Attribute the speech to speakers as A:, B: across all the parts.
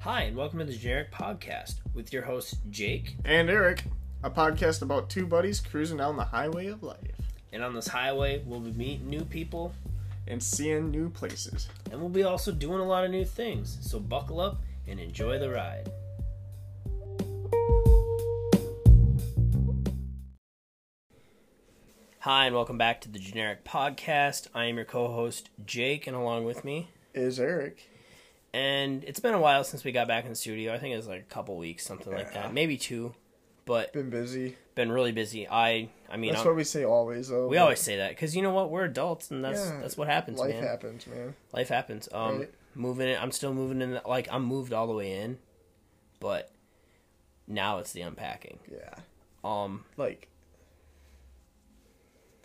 A: Hi, and welcome to the Generic Podcast with your hosts, Jake.
B: and Eric, a podcast about two buddies cruising down the highway of life
A: And on this highway, we'll be meeting new people
B: and seeing new places.
A: and we'll be also doing a lot of new things. So buckle up and enjoy the ride. Hi, and welcome back to the Generic Podcast. I am your co host, Jake, and along with me,
B: Is Eric?
A: and it's been a while since we got back in the studio. I think it was like a couple weeks, something like
B: Yeah.
A: that, maybe two, but
B: Been busy.
A: been really busy. I, I mean,
B: That's
A: I'm-
B: what we say always, though.
A: we always say that because you know what, we're adults, and that's
B: Yeah,
A: that's what happens,
B: life
A: man.
B: happens, man.
A: Life happens. Um,
B: Right.
A: moving it. I'm still moving in. The, like I'm moved all the way in, but now it's the unpacking.
B: Yeah,
A: Um,
B: like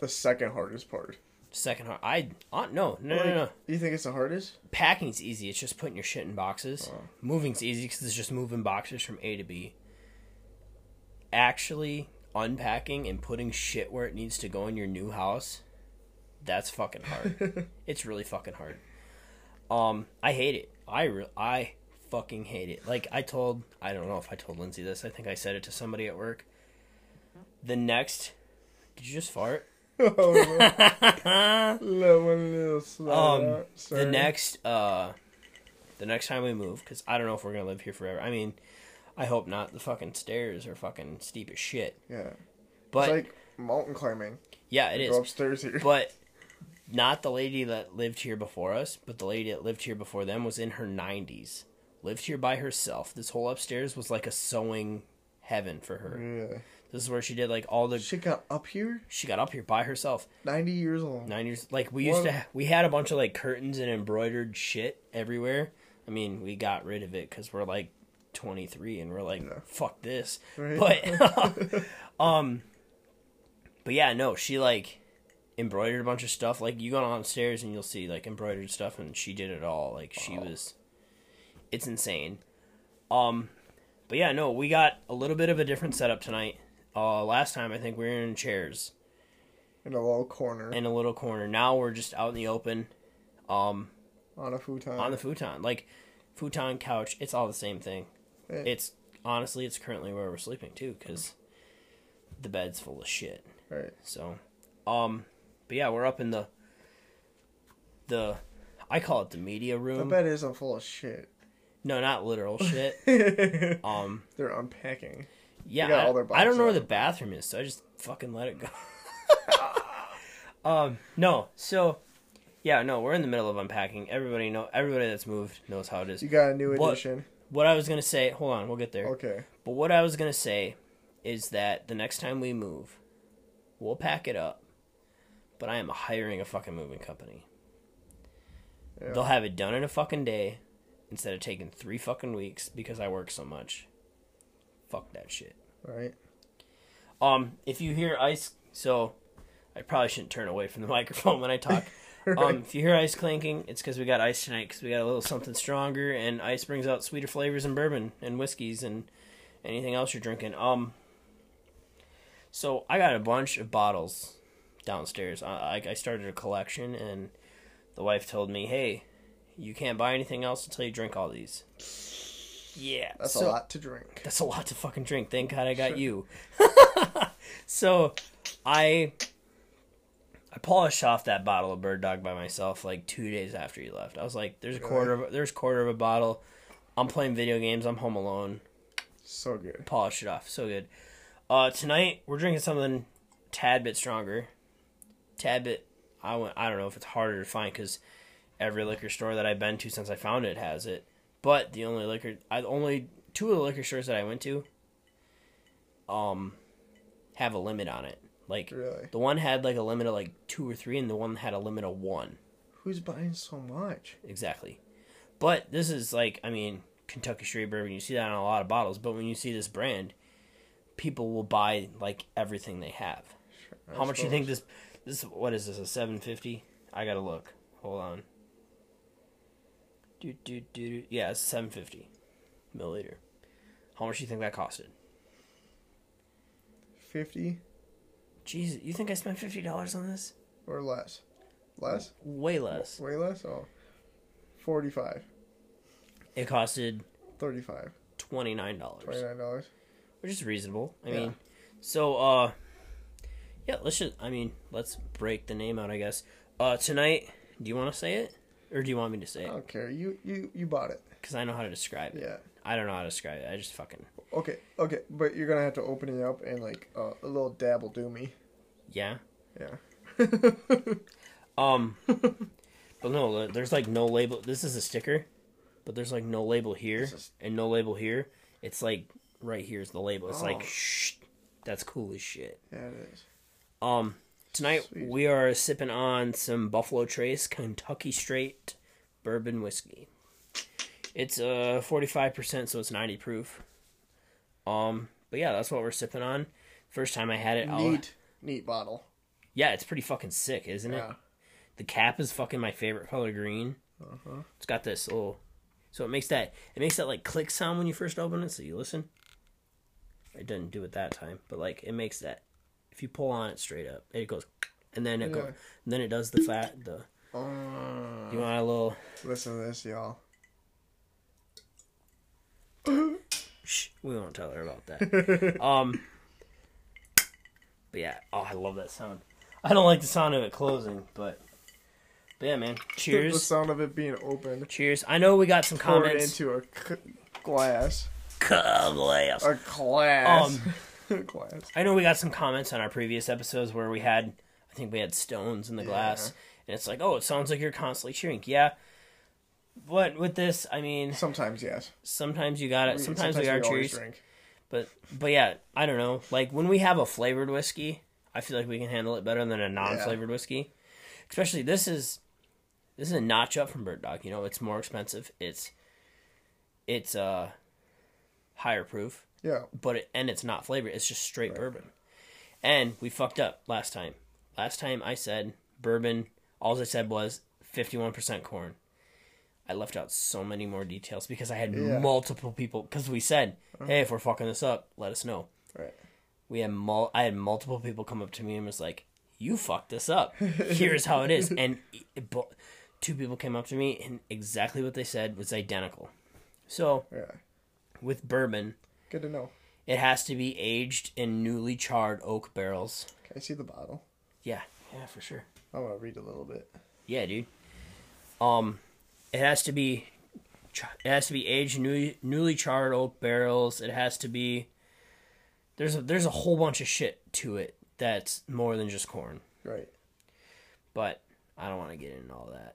B: the second hardest part.
A: second hard. I uh, no no no
B: Like,
A: no. no.
B: You think it's the hardest?
A: Packing's easy. It's just putting your shit in boxes.
B: Oh.
A: Moving's easy because it's just moving boxes from A to B. Actually, unpacking and putting shit where it needs to go in your new house, that's fucking
B: Oh,
A: hard. it's really fucking hard. Um, I hate it. I re- I fucking hate it. Like I told, I don't know if I told Lindsay this. I think I said it to somebody at work. The next, did you just fart?
B: oh, little one, little slide
A: um
B: out.
A: the
B: Sorry.
A: next uh the next time we move because i don't know if we're gonna live here forever i mean i hope not the fucking stairs are fucking steep as shit
B: Yeah,
A: but
B: it's like mountain climbing.
A: yeah it
B: Go
A: is
B: upstairs here.
A: but not the lady that lived here before us but the lady that lived here before them was in her 90s lived here by herself this whole upstairs was like a sewing heaven for her
B: yeah,
A: this is where she did like all the
B: she got up here,
A: she got up here by herself
B: ninety years old.
A: nine years like we used
B: Well-
A: to ha- we had a bunch of like curtains and embroidered shit everywhere i mean we got rid of it because we're like 23 and we're like fuck this
B: Right.
A: but um but yeah no she like embroidered a bunch of stuff like you go downstairs and you'll see like embroidered stuff and she did it all like she was it's insane um but yeah no we got a little bit of a different setup tonight uh last time i think we were in chairs
B: in a little corner
A: in a little corner. Now we're just out in the open, um,
B: on a futon.
A: on the futon, like futon couch. It's all the same thing.
B: Yeah.
A: It's honestly, it's currently where we're sleeping too, because the bed's full of shit.
B: right.
A: So, um, but yeah, we're up in the the I call it the media
B: The
A: room.
B: bed isn't full of shit.
A: No, not literal shit.
B: They're
A: Um,
B: unpacking.
A: yeah,
B: got
A: I,
B: all their
A: I don't know where
B: boxes
A: the
B: out.
A: bathroom is, so I just fucking let it go. um, no, so yeah, no, we're in the middle of unpacking. Everybody know everybody that's moved knows how it is.
B: You got a new
A: What?
B: edition.
A: What I was gonna say, hold on, we'll get there.
B: Okay.
A: But what I was gonna say is that the next time we move, we'll pack it up. But I am hiring a fucking moving company.
B: Yeah.
A: They'll have it done in a fucking day instead of taking three fucking weeks because I work so much. Fuck that shit.
B: Right.
A: Um, if you hear ice, so I probably shouldn't turn away from the microphone when I talk. Um, if you hear ice clinking, it's because we got ice tonight because we got a little something stronger, and ice brings out sweeter flavors in bourbon and whiskeys and anything else you're drinking. Um, so I got a bunch of bottles downstairs. I, I I started a collection, and the wife told me, "Hey, you can't buy anything else until you drink all these." Yeah,
B: That's
A: so-
B: a lot to drink.
A: that's a lot to fucking drink. Thank God I got you. so, I I polished off that bottle of Bird Dog by myself like two days after you left. I was like, "There's a quarter of there's a quarter of a bottle." I'm playing video games. I'm home alone.
B: So good.
A: Polish it off. So good. Uh, tonight we're drinking something tad bit stronger. Tad bit. I went. I don't know if it's harder to find because every liquor store that I've been to since I found it has it. But the only liquor, I only two of the liquor stores that I went to, um, have a limit on it. Like
B: Really.
A: the one had like a limit of like two or three, and the one had a limit of one
B: Who's buying so much?
A: exactly. But this is like, I mean, Kentucky Straight Bourbon. You see that on a lot of bottles, but when you see this brand, people will buy like everything they have.
B: I
A: How much do you
B: suppose.
A: think this? This what is this? A seven fifty? I gotta look. Hold on. Do do do. do. Yeah, it's seven fifty milliliter. How much do you think that costed?
B: Fifty
A: Jesus, you think I spent fifty dollars on this?
B: or less? Less?
A: Way less.
B: Way less? Oh. Forty-five.
A: It costed
B: 35
A: twenty nine dollars,
B: $29.
A: which is reasonable. I
B: Yeah.
A: mean, so uh, yeah. Let's just. I mean, let's break the name out. I guess. Uh, tonight. Do you want to say it, or do you want me to say
B: I
A: it?
B: don't care. You you you bought it.
A: Because I know how to describe it.
B: Yeah.
A: I don't know how to describe it. I just fucking
B: Okay. Okay. But you're gonna have to open it up and like uh, a little dabble do me.
A: yeah.
B: Yeah.
A: Um, but no, there's like no label. This is a sticker, but there's like no label here
B: This is-
A: and no label here. It's like right here is the label. It's
B: Oh.
A: like shh, that's cool as shit.
B: Yeah, it is.
A: Um, tonight
B: Sweet.
A: we are sipping on some Buffalo Trace Kentucky Straight Bourbon Whiskey. It's uh forty five percent, so it's ninety proof. Um, but yeah, that's what we're sipping on. First time I had it, I'll,
B: Neat. Neat bottle.
A: yeah, it's pretty fucking sick, isn't it?
B: Yeah.
A: The cap is fucking my favorite color green.
B: Uh-huh.
A: It's got this little, so it makes that it makes that like click sound when you first open it. So you listen. It doesn't do it that time, but like it makes that. If you pull on it straight up, it goes, and then it goes,
B: Yeah.
A: and then it does the fat. The
B: Uh,
A: you want a little
B: listen to this, y'all.
A: Shh, we won't tell her about that. um, but yeah, oh, I love that sound. I don't like the sound of it closing, but but yeah, man.
B: the
A: Cheers,
B: sound of it being opened.
A: cheers. I know we got some
B: Poured
A: comments.
B: into a c- glass.
A: Come, last.
B: A glass.
A: Um.
B: glass.
A: I know we got some comments on our previous episodes where we had, I think we had stones in the glass, and it's like, oh, it sounds like you're constantly cheering. Yeah, but with this, I mean,
B: Sometimes yes.
A: sometimes you got it. Sometimes, we are
B: always
A: cheers,
B: drink.
A: but but yeah, I don't know. Like when we have a flavored whiskey, I feel like we can handle it better than a non-flavored whiskey. Especially this is this is a notch up from Bird Dog. You know, it's more expensive. It's it's uh higher proof
B: Yeah.
A: but it, and it's not flavored. It's just straight bourbon. And we fucked up last time. Last time I said bourbon. All I said was fifty-one percent corn. I left out so many more details because I had
B: Yeah.
A: multiple people. Because we said, "Hey, if we're fucking this up, let us know."
B: Right.
A: We had mul- I had multiple people come up to me and was like, "You fucked this up. Here's how it is." And it, it, bo- two people came up to me and exactly what they said was identical. So
B: Yeah.
A: with bourbon,
B: Good to know.
A: it has to be aged in newly charred oak barrels.
B: Can I see the bottle?
A: Yeah, yeah, for sure.
B: I want to read a little bit.
A: Yeah, dude. Um, it has to be, ch- it has to be aged in newly newly charred oak barrels. It has to be. There's a there's a whole bunch of shit to it that's more than just corn,
B: Right.
A: but I don't want to get into all that.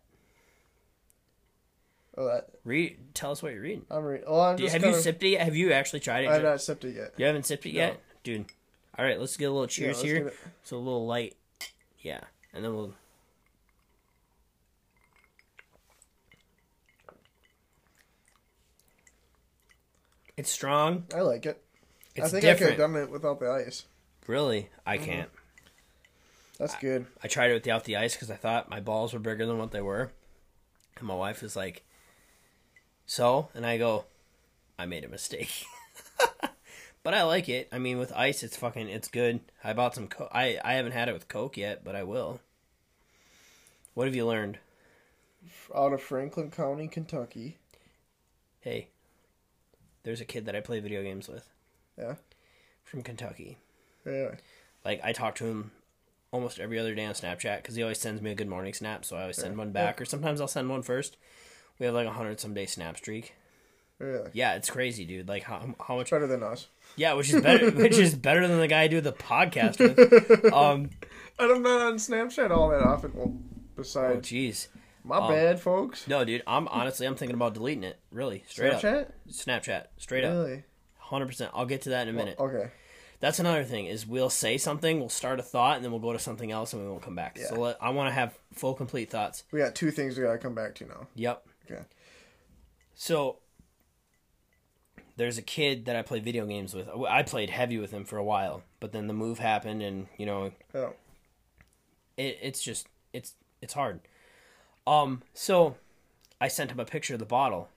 B: Oh, that
A: Read, tell us what you're reading.
B: I'm reading. Oh, I'm
A: Do you,
B: just
A: have
B: kind
A: you
B: of,
A: sipped it? yet? Have you actually tried it?
B: I've not sipped it yet.
A: You haven't sipped it yet, dude. All right, let's get a little cheers
B: let's
A: here.
B: get it.
A: So a little light, yeah, and then we'll. It's strong.
B: I like it.
A: It's
B: I think I
A: different.
B: could Mm-hmm. have done it without the ice.
A: really, I can't.
B: That's good.
A: I tried it without the ice because I thought my balls were bigger than what they were, and my wife is like, "So," and I go, "I made a mistake." but I like it. I mean, with ice, it's fucking, it's good. I bought some. Co- I I haven't had it with Coke yet, but I will. What have you learned?
B: Out of Franklin County, Kentucky.
A: Hey, there's a kid that I play video games with
B: Yeah.
A: from Kentucky.
B: Yeah.
A: Like I talk to him almost every other day on Snapchat because he always sends me a good morning snap, so I always send one back, or sometimes I'll send one first. We have like a hundred some day snap streak.
B: Really.
A: Yeah, it's crazy, dude. Like how how much?
B: Better than us.
A: Yeah, which is better, which is better than the guy I do the podcast with. Um,
B: And I'm not on Snapchat all that often. Well, besides,
A: jeez,
B: my bad, folks.
A: Um, no, dude. I'm honestly, I'm thinking about deleting it. Really, straight up.
B: Snapchat?
A: Snapchat, straight up,
B: Really? Oh,
A: hundred percent. I'll get to that in a minute.
B: Okay.
A: That's another thing is we'll say something, we'll start a thought, and then we'll go to something else, and we won't come back. So
B: Yeah.
A: let, I want to have full, complete thoughts.
B: We got two things we gotta come back to now.
A: Yep.
B: Okay.
A: So there's a kid that I play video games with. I played heavy with him for a while, but then the move happened, and you know
B: Oh,
A: it, it's just it's it's hard. Um, so I sent him a picture of the bottle.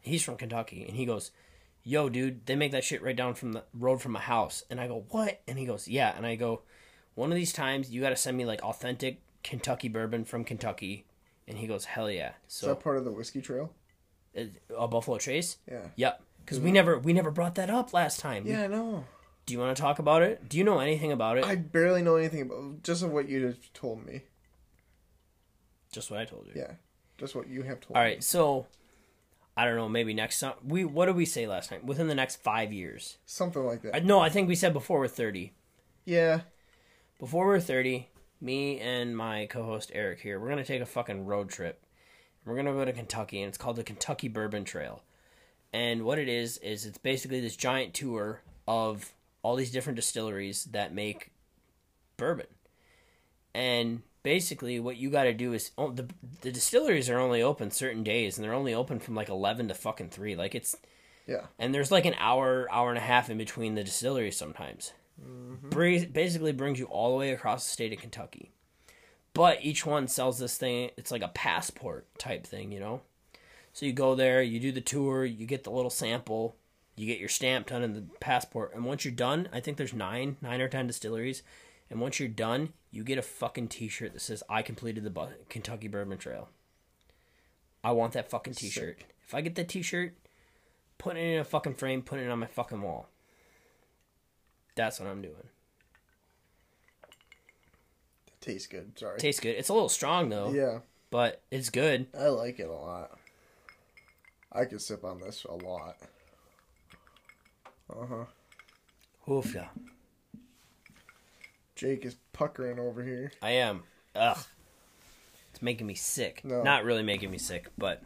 A: He's from Kentucky, and he goes, "Yo, dude, they make that shit right down from the road from my house." And I go, "What?" And he goes, "Yeah." And I go, "One of these times, you got to send me like authentic Kentucky bourbon from Kentucky." And he goes, "Hell yeah!"
B: is
A: So
B: that part of the whiskey trail?
A: uh, Buffalo Trace.
B: Yeah.
A: Yep. Because we never we never brought that up last time.
B: Yeah, I know.
A: Do you want to talk about it? Do you know anything about it?
B: I barely know anything about just of what you just told me.
A: Just what I told you.
B: Yeah, just what you have told.
A: All
B: me.
A: right. So, I don't know. Maybe next time we what did we say last night? Within the next five years.
B: something like that.
A: I, no, I think we said before we're thirty.
B: yeah,
A: before we're 30, me and my co-host Eric here, we're gonna take a fucking road trip. We're gonna go to Kentucky, and it's called the Kentucky Bourbon Trail. And what it is is it's basically this giant tour of all these different distilleries that make bourbon. And basically, what you got to do is oh, the the distilleries are only open certain days, and they're only open from like eleven to fucking three. Like it's
B: yeah,
A: and there's like an hour, hour and a half in between the distilleries sometimes. Brings- basically brings you all the way across the state of Kentucky. But each one sells this thing, it's like a passport type thing, you know? So you go there, you do the tour, you get the little sample, you get your stamp done in the passport, and once you're done, I think there's nine, nine or ten distilleries, and once you're done, you get a fucking t-shirt that says, I completed the Bu- Kentucky Bourbon Trail. I want that fucking t-shirt. If I get that t-shirt, putting it in a fucking frame, putting it on my fucking wall. That's what I'm doing.
B: tastes good. Sorry.
A: Tastes good. It's a little strong though,
B: yeah,
A: but it's good.
B: I like it a lot. I could sip on this a lot. Uh huh.
A: Oof, yeah.
B: Jake is puckering over here.
A: I am. Ugh. It's making me sick.
B: No.
A: Not really making me sick, but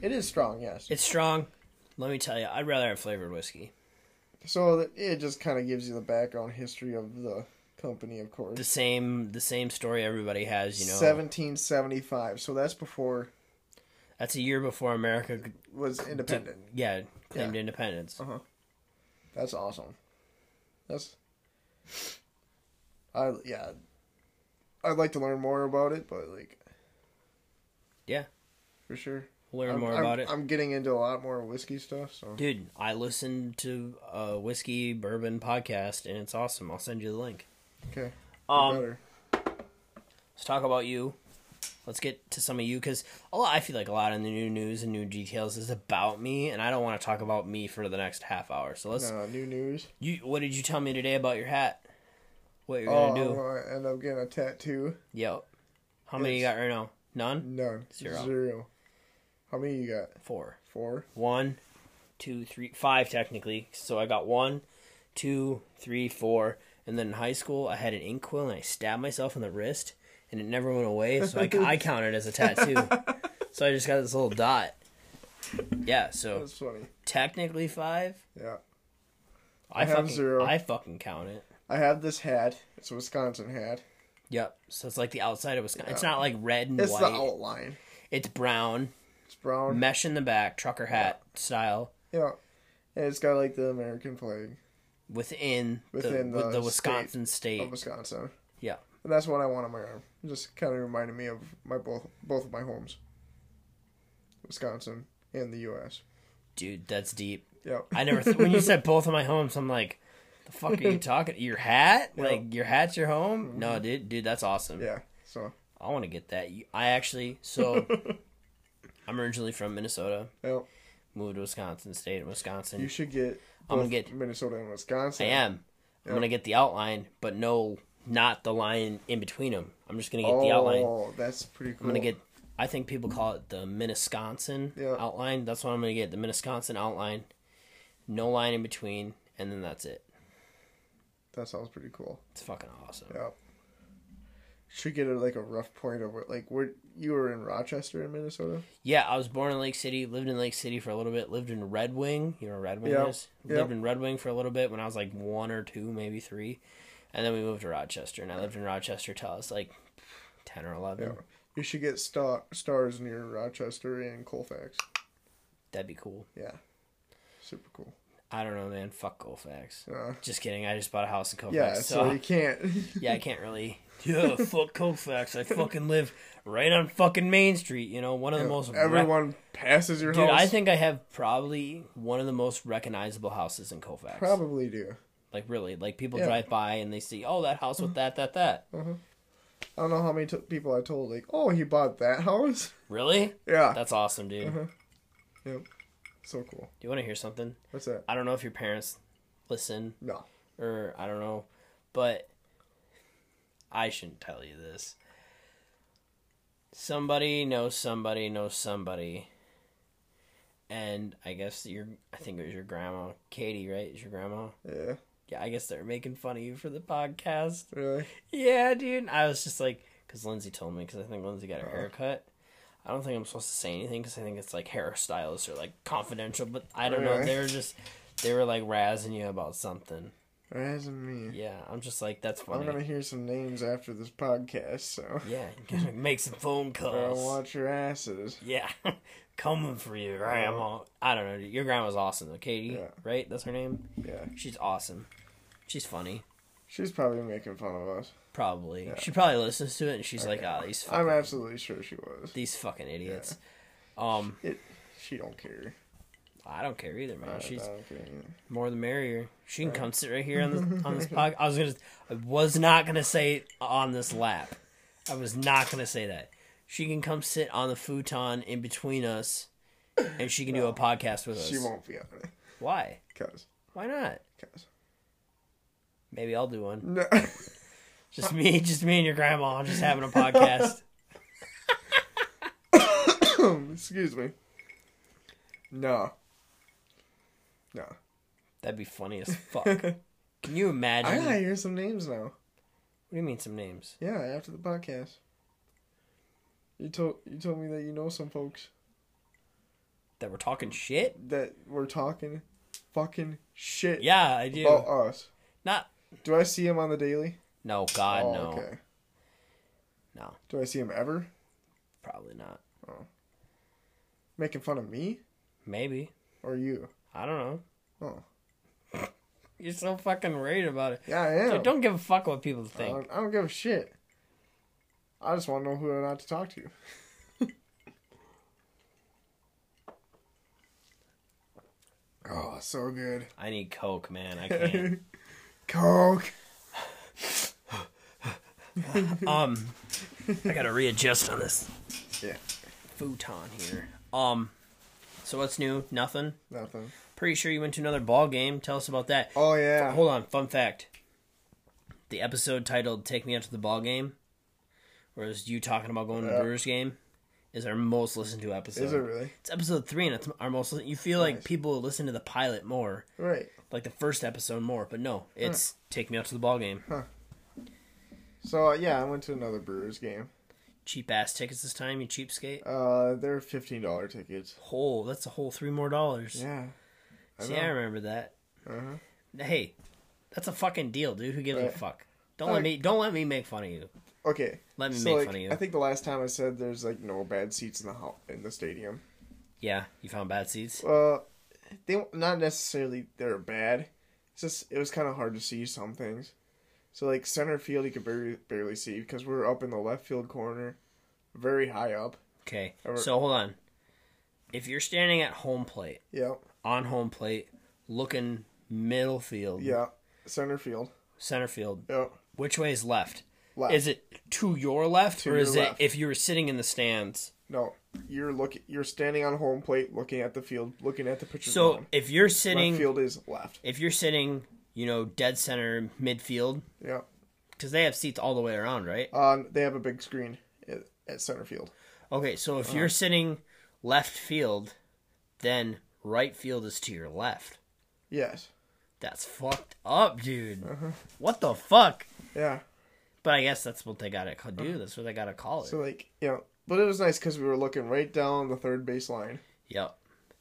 B: It is strong, yes.
A: it's strong. Let me tell you, I'd rather have flavored whiskey.
B: so th- it just kind of gives you the background history of the company, of course.
A: The same, the same story everybody has. You know,
B: 1775. So that's before
A: that's a year before America,
B: was independent.
A: yeah, claimed
B: Yeah.
A: independence.
B: Uh-huh. That's awesome. That's I yeah. I'd like to learn more about it, but like
A: Yeah.
B: for sure.
A: We'll learn
B: I'm-
A: more
B: I'm-
A: about it,
B: I'm getting into a lot more whiskey stuff, so
A: dude. I listened to a whiskey bourbon podcast, and it's awesome. I'll send you the link.
B: okay.
A: Um,
B: better.
A: let's talk about you. Let's get to some of you because a lot. I feel like a lot of the new news and new details is about me, and I don't want to talk about me for the next half hour. So let's.
B: Uh, new news.
A: You. What did you tell me today about your hat? What you're
B: Oh,
A: gonna do?
B: I end up getting a tattoo.
A: Yo, how many you got right now? None.
B: None.
A: Zero.
B: Zero. How many you got?
A: Four.
B: Four.
A: One, two, three, five technically. So I got one, two, three, four, and then in high school I had an ink quill and I stabbed myself in the wrist, and it never went away. So I, I counted as a tattoo. so I just got this little dot. Yeah. So
B: That's funny.
A: technically five.
B: Yeah.
A: I,
B: have
A: fucking,
B: zero.
A: I fucking count it.
B: I have this hat. It's a Wisconsin hat.
A: Yep. So it's like the outside of Wisconsin. It's not like red and
B: It's
A: white.
B: the outline.
A: It's brown,
B: It's brown.
A: mesh in the back, trucker hat style
B: yeah. And it's got like the American flag.
A: within
B: Within
A: the, with
B: the
A: the
B: state
A: Wisconsin state.
B: of Wisconsin.
A: Yeah.
B: And that's what I want on my arm. It just kind of reminded me of my both both of my homes, Wisconsin and the U.S.
A: Dude, that's deep.
B: Yep.
A: I never th- when you said both of my homes, I'm like, the fuck are you talking? Your hat? Like your hat's your home? No, dude, dude, that's awesome.
B: Mm-hmm. yeah. So
A: I want to get that. You- I actually so I'm originally from Minnesota,
B: yeah,
A: moved to Wisconsin, stayed in Wisconsin.
B: you should get.
A: I'm gonna
B: both
A: get-
B: Minnesota and
A: I
B: Wisconsin.
A: am. I'm gonna get the outline, but no, not the line in between them. I'm just gonna get the outline. I'm
B: Oh, that's pretty cool.
A: gonna get. I think people call it the Minnesotan
B: Yeah.
A: outline. That's what I'm gonna get. The Minnesotan outline, no line in between, and then that's it.
B: That sounds pretty cool.
A: It's fucking awesome.
B: Yeah. Should get a, like a rough point of where, like where you were in Rochester in Minnesota.
A: Yeah, I was born in Lake City, lived in Lake City for a little bit, lived in Red Wing. You know what Red Wing
B: Yeah.
A: is?
B: Yeah.
A: Lived in Red Wing for a little bit when I was like one or two, maybe three, and then we moved to Rochester, and I lived in Rochester till I was like ten or eleven.
B: Yeah. You should get star, stars near Rochester and Colfax.
A: That'd be cool.
B: Yeah. Super cool.
A: I don't know, man. Fuck Colfax.
B: Uh,
A: Just kidding. I just bought a house in Colfax.
B: yeah.
A: so,
B: So you can't.
A: yeah, I can't really. Yeah, fuck Colfax. I fucking live right on fucking Main Street. You know, one of the most. rec-
B: Everyone passes your
A: Dude,
B: house.
A: I think I have probably one of the most recognizable houses in Colfax.
B: probably do.
A: Like really, like people
B: Yeah.
A: drive by and they see, oh, that house with that, that, that.
B: I don't know how many t- people I told like, oh, he bought that house.
A: Really?
B: Yeah,
A: That's awesome, dude.
B: So cool.
A: Do you want to hear something?
B: What's that?
A: I don't know if your parents listen
B: No.
A: or I don't know, but I shouldn't tell you this. Somebody knows somebody knows somebody, and I guess your I think it was your grandma Katie, right? Is your grandma?
B: Yeah.
A: Yeah, I guess they're making fun of you for the podcast.
B: Really?
A: Yeah, dude. I was just like, because Lindsay told me, because I think Lindsay got her
B: Uh-huh.
A: haircut. I don't think I'm supposed to say anything because I think it's like hairstylist or like confidential, but I don't know.
B: Really?
A: They were just, they were like razzing you about something.
B: It hasn't me.
A: Yeah, I'm just like, that's
B: I'm
A: funny.
B: gonna hear some names after this podcast, so
A: Yeah, you gotta make some phone
B: Better
A: calls.
B: watch your asses.
A: Yeah, coming for you, grandma. I don't know. dude. Your grandma's awesome though, Katie,
B: Uh-huh. Yeah.
A: right? That's her name.
B: Yeah.
A: She's awesome. She's funny.
B: She's probably making fun of us.
A: Probably.
B: Yeah.
A: She probably listens to it and she's like, ah, these
B: I'm
A: fucking,
B: absolutely sure she was.
A: these fucking idiots. Um,
B: She don't care.
A: I don't care either, man.
B: I-
A: She's
B: I don't care either.
A: more the merrier. She can come sit right here on this on this podcast. I was gonna, I was not gonna say it on this lap. I was not gonna say that. She can come sit on the futon in between us, and she can do a podcast with us.
B: She won't be on it.
A: Why?
B: Cause,
A: Why not?
B: cause.
A: Maybe I'll do one.
B: No.
A: Just me, just me and your grandma, just having a podcast.
B: Excuse me. No. No.
A: That'd be funny as fuck. Can you imagine?
B: I gotta
A: What
B: hear some names now.
A: do you mean some names?
B: Yeah, after the podcast. You told you told me that you know some folks
A: That we're talking shit?
B: that were talking fucking shit
A: Yeah, I do.
B: about us.
A: Not.
B: Do I see him on the daily?
A: No, God,
B: oh,
A: no.
B: okay.
A: No.
B: Do I see him ever?
A: Probably not.
B: Making fun of me
A: Maybe.
B: or you?
A: I don't know.
B: Oh.
A: You're so fucking worried about it.
B: Yeah, I am. Uh,
A: Dude, don't give a fuck what people
B: I
A: think.
B: don't, I don't give a shit. I just want to know who not to talk to. oh, so good.
A: I need coke, man. I can't.
B: Coke.
A: um, I gotta readjust on this
B: Yeah.
A: futon here. Um, so what's new? Nothing.
B: Nothing.
A: Pretty sure you went to another ball game. Tell us about that.
B: Oh yeah.
A: Hold on. Fun fact: the episode titled "Take Me Out to the Ball Game," where it was you talking about going to the
B: Yeah.
A: Brewers game, is our most listened to episode.
B: Is it really?
A: It's episode three, and it's our most. Listen- you feel like
B: Nice.
A: people listen to the pilot more.
B: Right.
A: like the first episode more, but no,
B: Hmm.
A: it's take me out to the ball game.
B: So uh, yeah, I went to another Brewers game.
A: Cheap ass tickets this time, you cheapskate.
B: Uh, they're fifteen dollar tickets.
A: Whole that's a whole three more dollars.
B: Yeah.
A: See,
B: know.
A: I remember that.
B: Uh-huh.
A: Hey, that's a fucking deal, dude. Who gives a
B: Right.
A: fuck? Don't
B: Like-
A: let me don't let me make fun of you.
B: Okay.
A: Let me
B: so,
A: make
B: like,
A: fun of you.
B: I think the last time I said there's like no bad seats in the ho- in the stadium.
A: Yeah, you found bad seats.
B: Uh, they not necessarily they're bad. It's just it was kind of hard to see some things. So like center field, you could barely barely see because we were up in the left field corner, very high up.
A: Okay,
B: Or-
A: so hold on. If you're standing at home plate,
B: Yeah,
A: on home plate, looking middle field,
B: yeah, center field.
A: center field,
B: Yeah,
A: which way is left?
B: left.
A: Is it to your left,
B: To
A: or
B: your
A: is
B: left.
A: it if you were sitting in the stands?
B: No, you're looking. You're standing on home plate, looking at the field, looking at the pitcher's
A: So
B: mound.
A: if you're
B: left
A: sitting
B: field is left.
A: if you're sitting, you know, dead center midfield,
B: Yeah.
A: because they have seats all the way around, right?
B: Um, they have a big screen at, at center field.
A: Okay, so if
B: Uh-huh.
A: you're sitting left field, then right field is to your left.
B: Yes.
A: That's fucked up, dude.
B: Uh-huh.
A: What the fuck?
B: Yeah.
A: But I guess that's what they gotta ca- do. That's what they gotta call it.
B: Uh-huh. So like, you know, but it was nice because we were looking right down the third base line.
A: yep.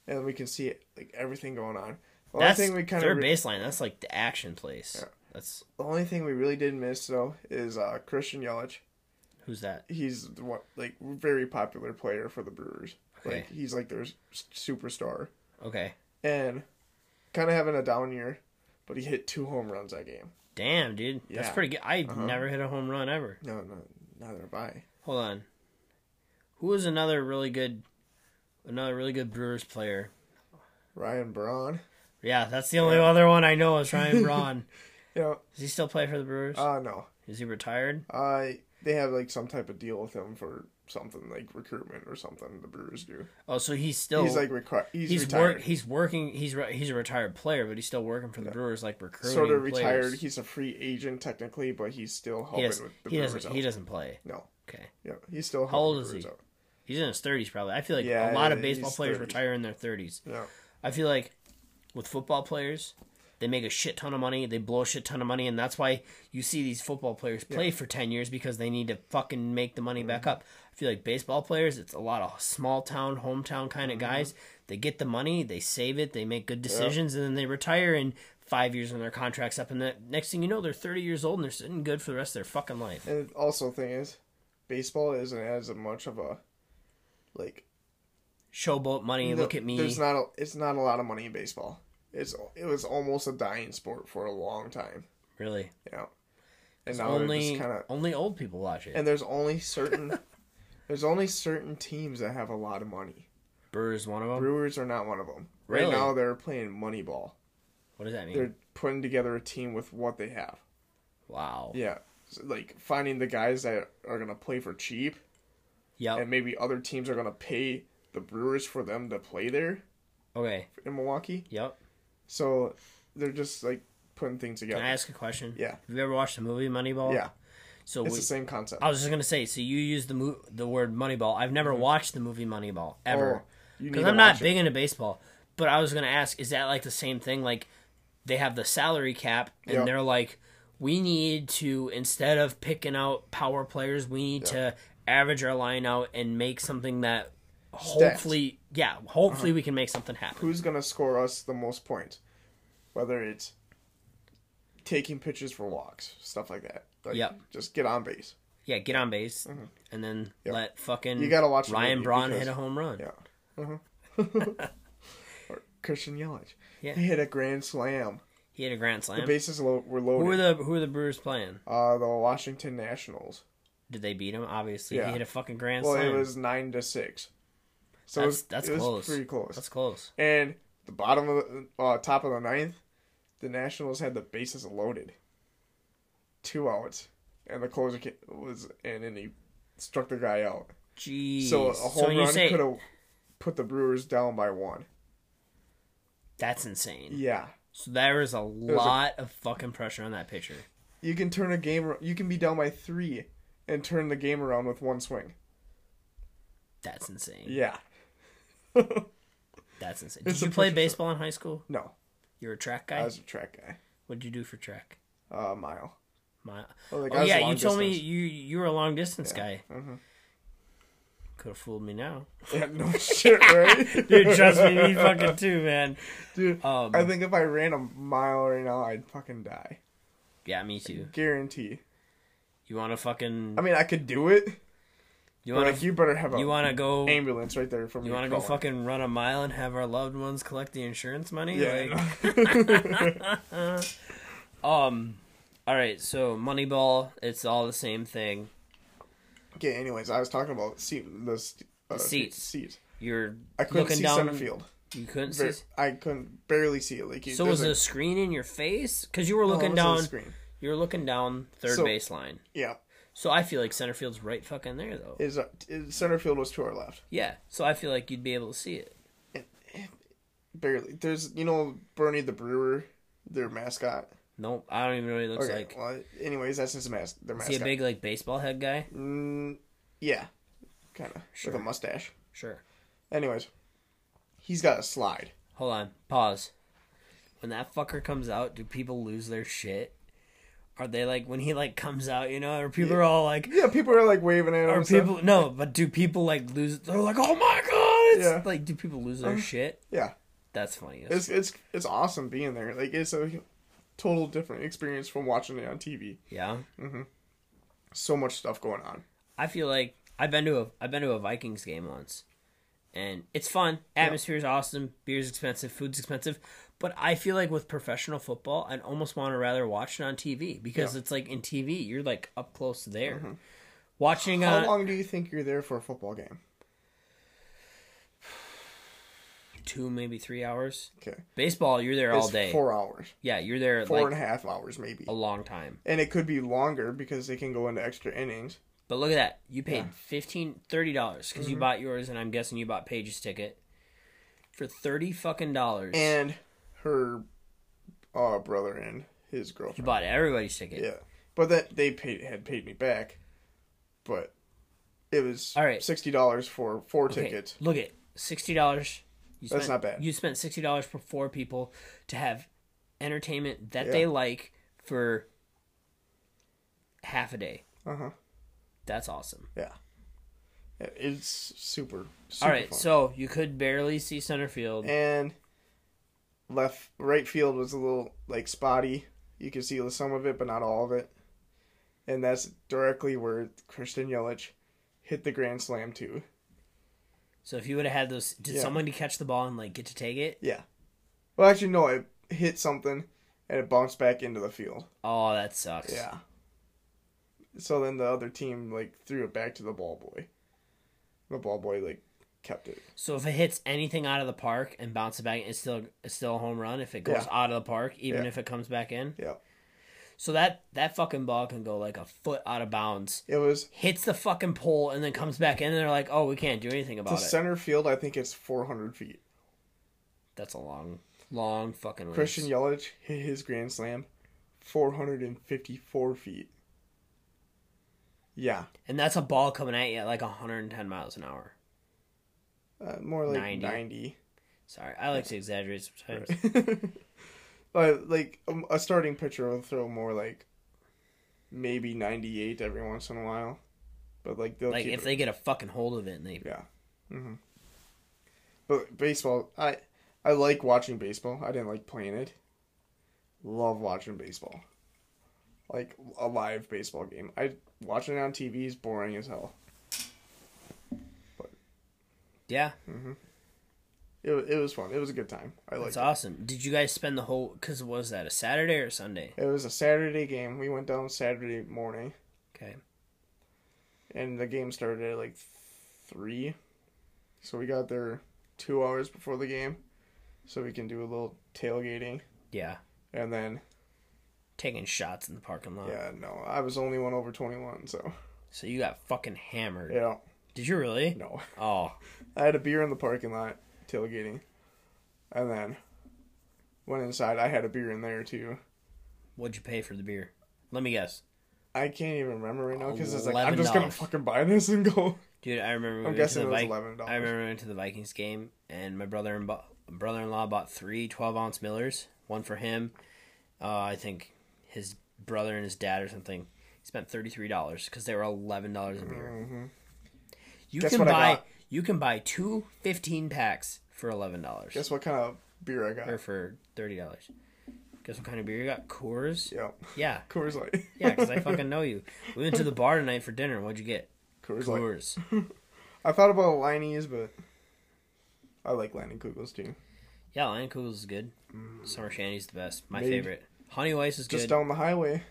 B: and we can see it, like everything going on. The only
A: That's
B: thing we kind
A: their
B: of
A: baseline. That's like the action place. That's
B: the only thing we really did miss though is uh, Christian Yelich.
A: who's that?
B: He's the one, like very popular player for the Brewers. Like
A: Okay.
B: he's like their s- superstar,
A: Okay.
B: and kind of having a down year, but he hit two home runs that game.
A: Damn, dude. That's
B: Yeah. Uh-huh.
A: pretty good. I never hit a home run ever.
B: No, no, neither have I.
A: Hold on. Who was another really good another really good Brewers player
B: Ryan Braun.
A: Yeah, that's the only other one I know is Ryan Braun.
B: You know,
A: Does he still play for the Brewers?
B: uh no,
A: is he retired?
B: I they have like some type of deal with him for something like recruitment or something. The Brewers do.
A: Oh, so he's still
B: he's like requi- he's,
A: he's
B: retired.
A: work he's working he's re- he's a retired player, but he's still working for the Brewers, like recruiting
B: sort of retired.
A: players.
B: He's a free agent technically, but he's still helping
A: He, has,
B: with the
A: he
B: Brewers.
A: doesn't
B: out.
A: he doesn't play.
B: No.
A: Okay,
B: Yeah, he's still helping
A: old
B: the
A: is
B: Brewers
A: he?
B: out.
A: he's in his thirties probably. I feel like
B: Yeah,
A: a lot of
B: yeah,
A: baseball
B: he's
A: players
B: 30s.
A: retire in their thirties.
B: Yeah.
A: I feel like with football players, they make a shit ton of money, they blow a shit ton of money, and that's why you see these football players play for 10 years because they need to fucking make the money
B: Mm-hmm.
A: back up. I feel like baseball players, it's a lot of small town, hometown kind
B: Mm-hmm.
A: of guys. They get the money, they save it, they make good decisions, and then they retire in five years when their contract's up. And the next thing you know, they're 30 years old and they're sitting good for the rest of their fucking life.
B: And also, thing is, baseball isn't as much of a like.
A: Showboat money,
B: no-
A: look at me.
B: There's not. A, it's not a lot of money in baseball. It's it was almost a dying sport for a long time.
A: really.
B: You know, and now they're
A: Only,
B: just kind of.
A: only old people watch it.
B: And there's only certain. there's only certain teams that have a lot of money.
A: Brewers, one of them.
B: Brewers are not one of them. Right
A: Um, Really?
B: now, they're playing Moneyball.
A: what does that mean?
B: They're putting together a team with what they have.
A: Wow.
B: Yeah, So, like finding the guys that are gonna play for cheap,
A: Yep.
B: and maybe other teams are gonna pay the Brewers for them to play there
A: Okay.
B: in Milwaukee.
A: Yep.
B: So they're just like putting things
A: Can
B: together.
A: I ask a question?
B: Yeah.
A: Have you ever watched the movie Moneyball?
B: Yeah,
A: So
B: it's
A: we,
B: the same concept.
A: I was just gonna say. So you use the mo- the word Moneyball. I've never watched the movie Moneyball ever
B: Mm-hmm. Oh, you need
A: because
B: to
A: I'm not
B: watch it.
A: big into baseball. But I was gonna ask, is that like the same thing? Like they have the salary cap, and
B: Yep.
A: they're like, we need to instead of picking out power players, we need to average our line out and make something that hopefully, yeah, hopefully
B: Uh-huh.
A: we can make something happen.
B: Who's gonna score us the most points? Whether it's taking pitches for walks, stuff like that. Like,
A: Yep.
B: Just get on base.
A: Yeah, get on base, and then let fucking
B: Mm-hmm. You gotta watch the
A: Ryan
B: movie
A: Braun
B: because-
A: hit a home run.
B: Yeah. Uh-huh. Christian Yelich.
A: Yeah.
B: He hit a grand slam.
A: He had a grand slam.
B: The bases lo- were loaded.
A: Who were the Who were the Brewers playing?
B: Uh, the Washington Nationals.
A: Did they beat him? Obviously,
B: Yeah.
A: he hit a fucking grand
B: Well,
A: slam.
B: it was nine to six. So
A: that's
B: it was,
A: that's
B: it was
A: close.
B: pretty close.
A: That's close.
B: And the bottom of the uh, top of the ninth, the Nationals had the bases loaded, two outs, and the closer ca- was in, and he struck the guy out.
A: Jeez.
B: So a
A: when
B: home
A: you
B: run
A: say
B: could have put the Brewers down by one.
A: that's insane.
B: Yeah,
A: So there was a
B: a-
A: lot of fucking pressure on that pitcher.
B: you can turn a game. ar- You can be down by three, and turn the game around with one swing.
A: That's insane.
B: Yeah.
A: That's insane.
B: It's
A: Did you
B: a
A: play
B: pressure
A: baseball in high school?
B: No,
A: You were a track
B: I
A: guy.
B: was a track guy.
A: What did you do for track?
B: Uh, mile.
A: My,
B: Well, like, I
A: oh
B: was
A: yeah,
B: long
A: you told me
B: distance.
A: you you were a long distance guy.
B: mhm.
A: Could have fooled me now.
B: Yeah, no shit, right?
A: Dude, trust me, me fucking too, man.
B: Dude,
A: Um,
B: I think if I ran a mile right now, I'd fucking die.
A: Yeah, me too.
B: Guarantee.
A: You want to fucking?
B: I mean, I could do it.
A: You
B: but
A: want
B: like, you better have a
A: You want to go?
B: ambulance right there for me.
A: You want to go
B: calling.
A: fucking run a mile and have our loved ones collect the insurance money?
B: Yeah.
A: Like, um, all right. So Moneyball, it's all the same thing.
B: okay. Anyways, I was talking about seat. The s- uh,
A: seats.
B: Seats.
A: You're
B: I couldn't
A: looking
B: see
A: down.
B: center field.
A: You couldn't
B: Ver-
A: see.
B: I couldn't barely see it. Like you,
A: So
B: there's
A: was
B: a-
A: the screen in your face? Because you were
B: no,
A: looking
B: it was on the
A: down.
B: Screen.
A: You were looking down third
B: So-
A: baseline.
B: Yeah.
A: So I feel like center field's right fucking there though.
B: Is uh, is- center field was to our left.
A: yeah. So I feel like you'd be able to see it.
B: Barely. There's you know Bernie the Brewer, their mascot.
A: Nope. I don't even know what he looks
B: Okay.
A: like.
B: well, anyways, that's his mask. Their mascot.
A: Is he a big like baseball head guy?
B: Mm, yeah, kind of
A: Sure.
B: with a mustache.
A: Sure.
B: Anyways, he's got a slide.
A: Hold on. Pause. When that fucker comes out, do people lose their shit? Are they like when he like comes out, you know, or people are all like
B: Yeah, people are like waving at him.
A: are
B: and stuff.
A: people no, but do people like lose they're like, Oh my god it's
B: Yeah.
A: like do people lose their shit?
B: Yeah,
A: That's funny.
B: it's it's it's awesome being there. Like it's a total different experience from watching it on TV.
A: yeah.
B: So much stuff going on.
A: I feel like I've been to a I've been to a Vikings game once. And it's fun. Atmosphere's awesome. Beer's expensive. Food's expensive. But I feel like with professional football, I'd almost want to rather watch it on TV because it's like in TV, you're like up close to there. Watching
B: Mm-hmm.
A: uh,
B: How
A: on
B: long do you think you're there for a football game?
A: two, maybe three hours.
B: Okay,
A: Baseball, you're there all
B: It's
A: day.
B: Four hours,
A: Yeah, you're there
B: four
A: like
B: and a half hours maybe,
A: a long time.
B: and it could be longer because they can go into extra innings.
A: But look at that. You paid
B: Yeah. Mm-hmm.
A: fifteen thirty dollars because you bought yours, and I'm guessing you bought Paige's ticket for thirty fucking dollars.
B: and her uh, brother and his
A: you
B: girlfriend.
A: bought everybody's ticket.
B: Yeah, but that they paid had paid me back, but it was
A: All right.
B: sixty dollars for four tickets.
A: Look at sixty dollars.
B: That's not bad.
A: You spent sixty dollars for four people to have entertainment that
B: Yeah.
A: they like for half a day.
B: Uh huh.
A: That's awesome.
B: Yeah. Yeah, It's super. super
A: All right,
B: fun.
A: so you could barely see center field.
B: and left right field was a little like spotty. You could see some of it, but not all of it. And that's directly where Christian Yelich hit the grand slam too.
A: So if you would have had those, did
B: Yeah.
A: somebody catch the ball and like get to take it?
B: Yeah. Well, actually, no. It hit something, and it bounced back into the field.
A: Oh, that sucks.
B: Yeah. So then the other team like threw it back to the ball boy. The ball boy like kept it.
A: So if it hits anything out of the park and bounces back, it's still it's still a home run. If it goes
B: Yeah.
A: out of the park, even
B: Yeah.
A: if it comes back in,
B: Yeah.
A: so that that fucking ball can go like a foot out of bounds,
B: It was
A: hits the fucking pole, and then comes back in. And they're like, "Oh, we can't do anything
B: to
A: about it."
B: center field. I think it's 400 feet.
A: That's a long, long fucking. ways.
B: Christian Yelich hit his grand slam 454 feet. Yeah,
A: and that's a ball coming at you at like 110 miles an hour.
B: uh, more like
A: 90.
B: 90.
A: Sorry, I like to exaggerate sometimes.
B: But, like um, a starting pitcher will throw more like maybe 98 every once in a while. But like they'll
A: Like
B: keep
A: if
B: it-
A: they get a fucking hold of it and they
B: Yeah. hmm But baseball, I I like watching baseball. I didn't like playing it. Love watching baseball. Like a live baseball game. I watching it on TV is boring as hell.
A: yeah,
B: It wa- it was fun. It was a good time. I liked
A: that's
B: it.
A: awesome. Did you guys spend the whole? Cause what was that a Saturday or Sunday?
B: It was a Saturday game. We went down Saturday morning,
A: Okay,
B: and the game started at like three. So we got there two hours before the game, so we can do a little tailgating,
A: yeah,
B: and then
A: taking shots in the parking lot.
B: yeah, no, I was the only one over twenty one, so.
A: So you got fucking hammered.
B: Yeah,
A: Did you really?
B: no.
A: Oh,
B: I had a beer in the parking lot tailgating, and then went inside. I had a beer in there too.
A: what'd you pay for the beer? Let me guess,
B: I can't even remember right now because it's like I'm
A: $11.
B: just gonna fucking buy this and go.
A: dude. I remember. we
B: I'm
A: went to
B: guessing
A: the
B: it was
A: Vik-
B: eleven
A: I
B: dollars.
A: remember we went to the Vikings game, and my brother and brother in law bought three 12 ounce Millers, one for him. Uh, I think his brother and his dad or something. He spent thirty three dollars because they were eleven dollars a beer. You
B: Mm-hmm. Guess
A: can
B: what I
A: buy
B: got?
A: you can buy two 15 packs for eleven dollars
B: Guess what kind of beer I got?
A: or for thirty dollars. Guess what kind of beer you got? Coors.
B: Yeah,
A: Yeah,
B: Coors Light.
A: yeah, because I fucking know you. We went to the bar tonight for dinner. What'd you get?
B: Coors Light.
A: Coors.
B: I thought about Liney's, but I like Liney Kugels too.
A: Yeah, Lion Kugels is good. Summer Shandy's the best. My
B: Made-
A: favorite. Honey Weiss is
B: Just
A: good.
B: down the highway.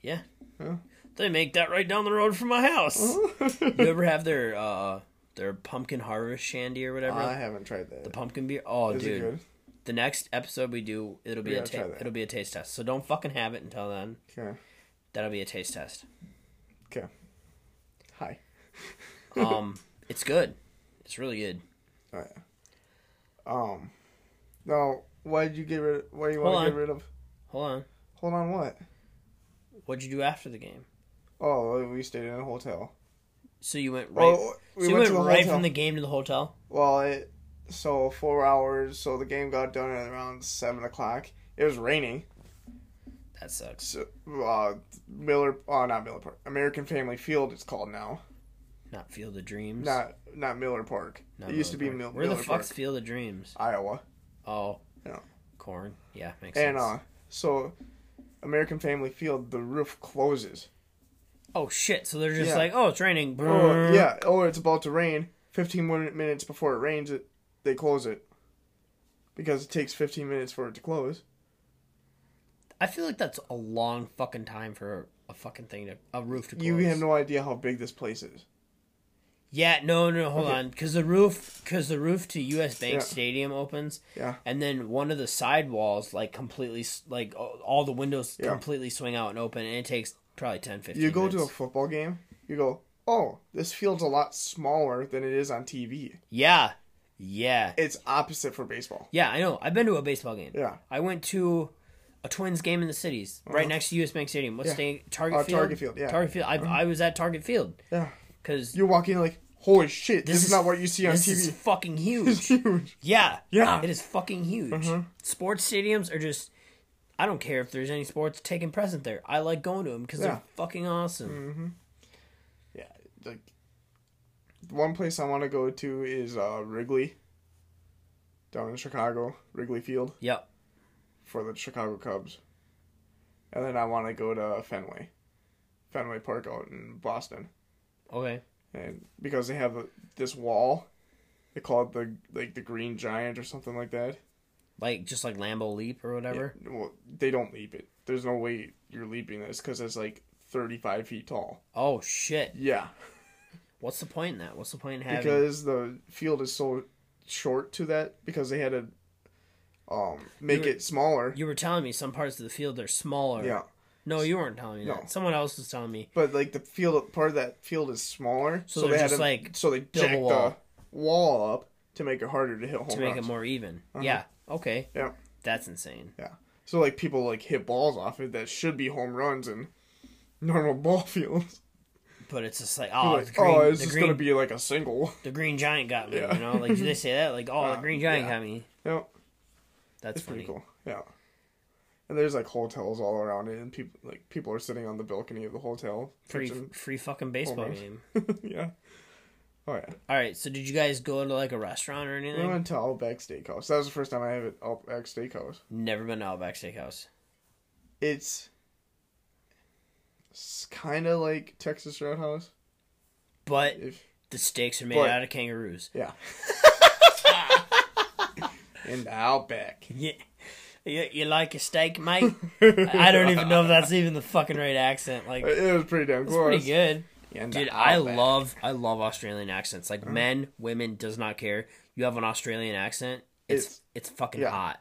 A: Yeah.
B: Yeah.
A: They make that right down the road from my
B: Uh-huh.
A: house. you ever have their uh their pumpkin harvest shandy or whatever?
B: I haven't tried that.
A: the pumpkin beer. Oh,
B: Is
A: dude.
B: it good?
A: The next episode we do, it'll be
B: We
A: a
B: gotta try
A: ta-
B: that.
A: it'll be a taste test. So don't fucking have it until then.
B: Okay.
A: That'll be a taste test.
B: Okay. Hi.
A: Um, it's good. It's really good.
B: Oh, yeah. Um. Now, why did you get rid? why you want
A: Hold
B: to get
A: on.
B: rid of?
A: Hold on.
B: Hold on, what?
A: What'd you do after the game?
B: Oh, we stayed in a hotel.
A: So you went right.
B: Oh,
A: so
B: we
A: you
B: went,
A: went,
B: to the
A: right
B: hotel.
A: from the game to the hotel.
B: Well, it, so four hours. So the game got done at around seven o'clock. It was raining.
A: That sucks.
B: So, uh, Miller, oh, not Miller Park. American Family Field, it's called now.
A: Not Field of Dreams.
B: Not not Miller Park.
A: Not
B: it used to
A: Miller Park.
B: be Mil-
A: Where
B: Miller
A: the
B: Park,
A: fuck's Field of Dreams?
B: Iowa.
A: Oh,
B: Yeah.
A: corn. Yeah, makes
B: And
A: sense.
B: uh, so American Family Field, the roof closes.
A: Oh shit! So they're just
B: Yeah.
A: like, oh, it's raining.
B: Oh yeah. Oh, it's about to rain. Fifteen min- minutes before it rains, it they close it because it takes fifteen minutes for it to close.
A: I feel like that's a long fucking time for a fucking thing to a roof to close.
B: You have no idea how big this place is.
A: yeah, no, no, hold on, because the roof, because the roof to U.S. Bank
B: Yeah.
A: Stadium opens,
B: Yeah.
A: and then one of the side walls like completely, s- like a- all the windows
B: Yeah.
A: completely swing out and open, and it takes probably 10, 15
B: You go to a
A: minutes.
B: football game, you go, oh, this field's a lot smaller than it is on TV.
A: Yeah. Yeah.
B: It's opposite for baseball.
A: Yeah, I know. I've been to a baseball game.
B: Yeah.
A: I went to a Twins game in the cities, right next to US Bank Stadium. What's
B: Uh-huh. Yeah.
A: the Target
B: Uh,
A: Field?
B: Target Field, yeah. Uh-huh.
A: Target Field. I, I was at Target Field
B: Yeah.
A: because
B: You're walking like, holy shit, this,
A: This
B: is,
A: is-
B: not what you see on
A: this is
B: TV.
A: fucking huge.
B: It's huge.
A: yeah.
B: Yeah. Uh-huh.
A: It is fucking huge. Sports stadiums are just. I don't care if there's any sports taking present there. I like going to them because
B: Yeah. Mm-hmm.
A: they're fucking awesome.
B: Yeah. Like, one place I want to go to is uh, Wrigley, down in Chicago, Wrigley Field
A: Yep.
B: for the Chicago Cubs. And then I want to go to Fenway, Fenway Park out in Boston.
A: Okay.
B: and because they have uh, this wall, they call it the like the Green Giant or something like that.
A: Like just like Lambo Leap or whatever.
B: Well, they don't leap it. There's no way you're leaping this because it's like 35 feet tall.
A: Oh shit!
B: Yeah,
A: What's the point in that? What's the point in having?
B: because the field is so short to that because they had to um make
A: You-
B: it smaller.
A: you were telling me some parts of the field are smaller.
B: Yeah,
A: No, you weren't telling me
B: No.
A: that. Someone else was telling me.
B: but like the field part of that field is smaller,
A: So
B: so, they
A: they're
B: had
A: just,
B: to
A: like,
B: so they
A: build a
B: jacked the
A: wall.
B: wall up to make it harder to hit home
A: to make it
B: runs.
A: more even.
B: Uh-huh.
A: Yeah. Okay.
B: yeah.
A: That's insane.
B: Yeah. So like people like hit balls off it that should be home runs in normal ball fields.
A: But it's just like, oh,
B: like,
A: the green,
B: oh, it's
A: the,
B: just
A: green
B: gonna be like a single.
A: the green giant got me.
B: Yeah.
A: You know, like they say that, like, oh, the
B: Uh,
A: green giant
B: yeah.
A: got me.
B: yeah,
A: That's
B: it's
A: funny.
B: pretty cool. Yeah. And there's like hotels all around it, and people like people are sitting on the balcony of the hotel.
A: Free,
B: pitching-
A: free fucking baseball
B: runs.
A: game.
B: yeah. Oh yeah.
A: All right. So did you guys go to like a restaurant or
B: We
A: anything?
B: went to Outback Steakhouse. That was the first time I had at Outback Steakhouse.
A: Never been to Outback Steakhouse.
B: It's, it's kind of like Texas Roadhouse.
A: But
B: If
A: the steaks are made
B: But-
A: out of kangaroos.
B: yeah. In the Outback.
A: Yeah. You, you like a steak, mate? I don't even know if that's even the fucking right accent. Like, it's
B: It was pretty damn close.
A: pretty good.
B: Yeah,
A: Dude,
B: the
A: I
B: Outback. Mm.
A: love I love Australian accents. Like men, women, does not care. You have an Australian accent, it's it's,
B: It's-
A: fucking
B: yeah. Ah.
A: hot.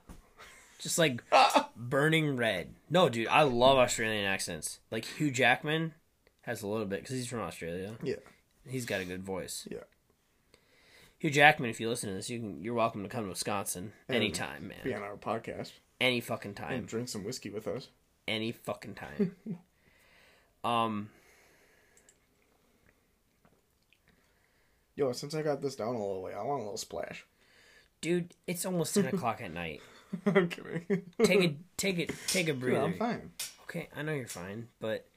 A: Just like burning red. No, dude, I love Australian accents. Like Hugh Jackman has a little bit because he's from Australia.
B: Yeah,
A: He's got a good voice.
B: yeah.
A: Hugh Jackman, if you listen to this, you can you're welcome to come to Wisconsin
B: Mm.
A: anytime, man.
B: Be on our podcast
A: Any fucking
B: and
A: time.
B: drink some whiskey with us.
A: Any fucking time. um.
B: Yo, since I got this down a little way, I want a little splash.
A: Dude, it's almost ten o'clock at night.
B: I'm kidding.
A: Take a take it take a breather.
B: Dude, I'm fine.
A: Okay, I know you're fine, but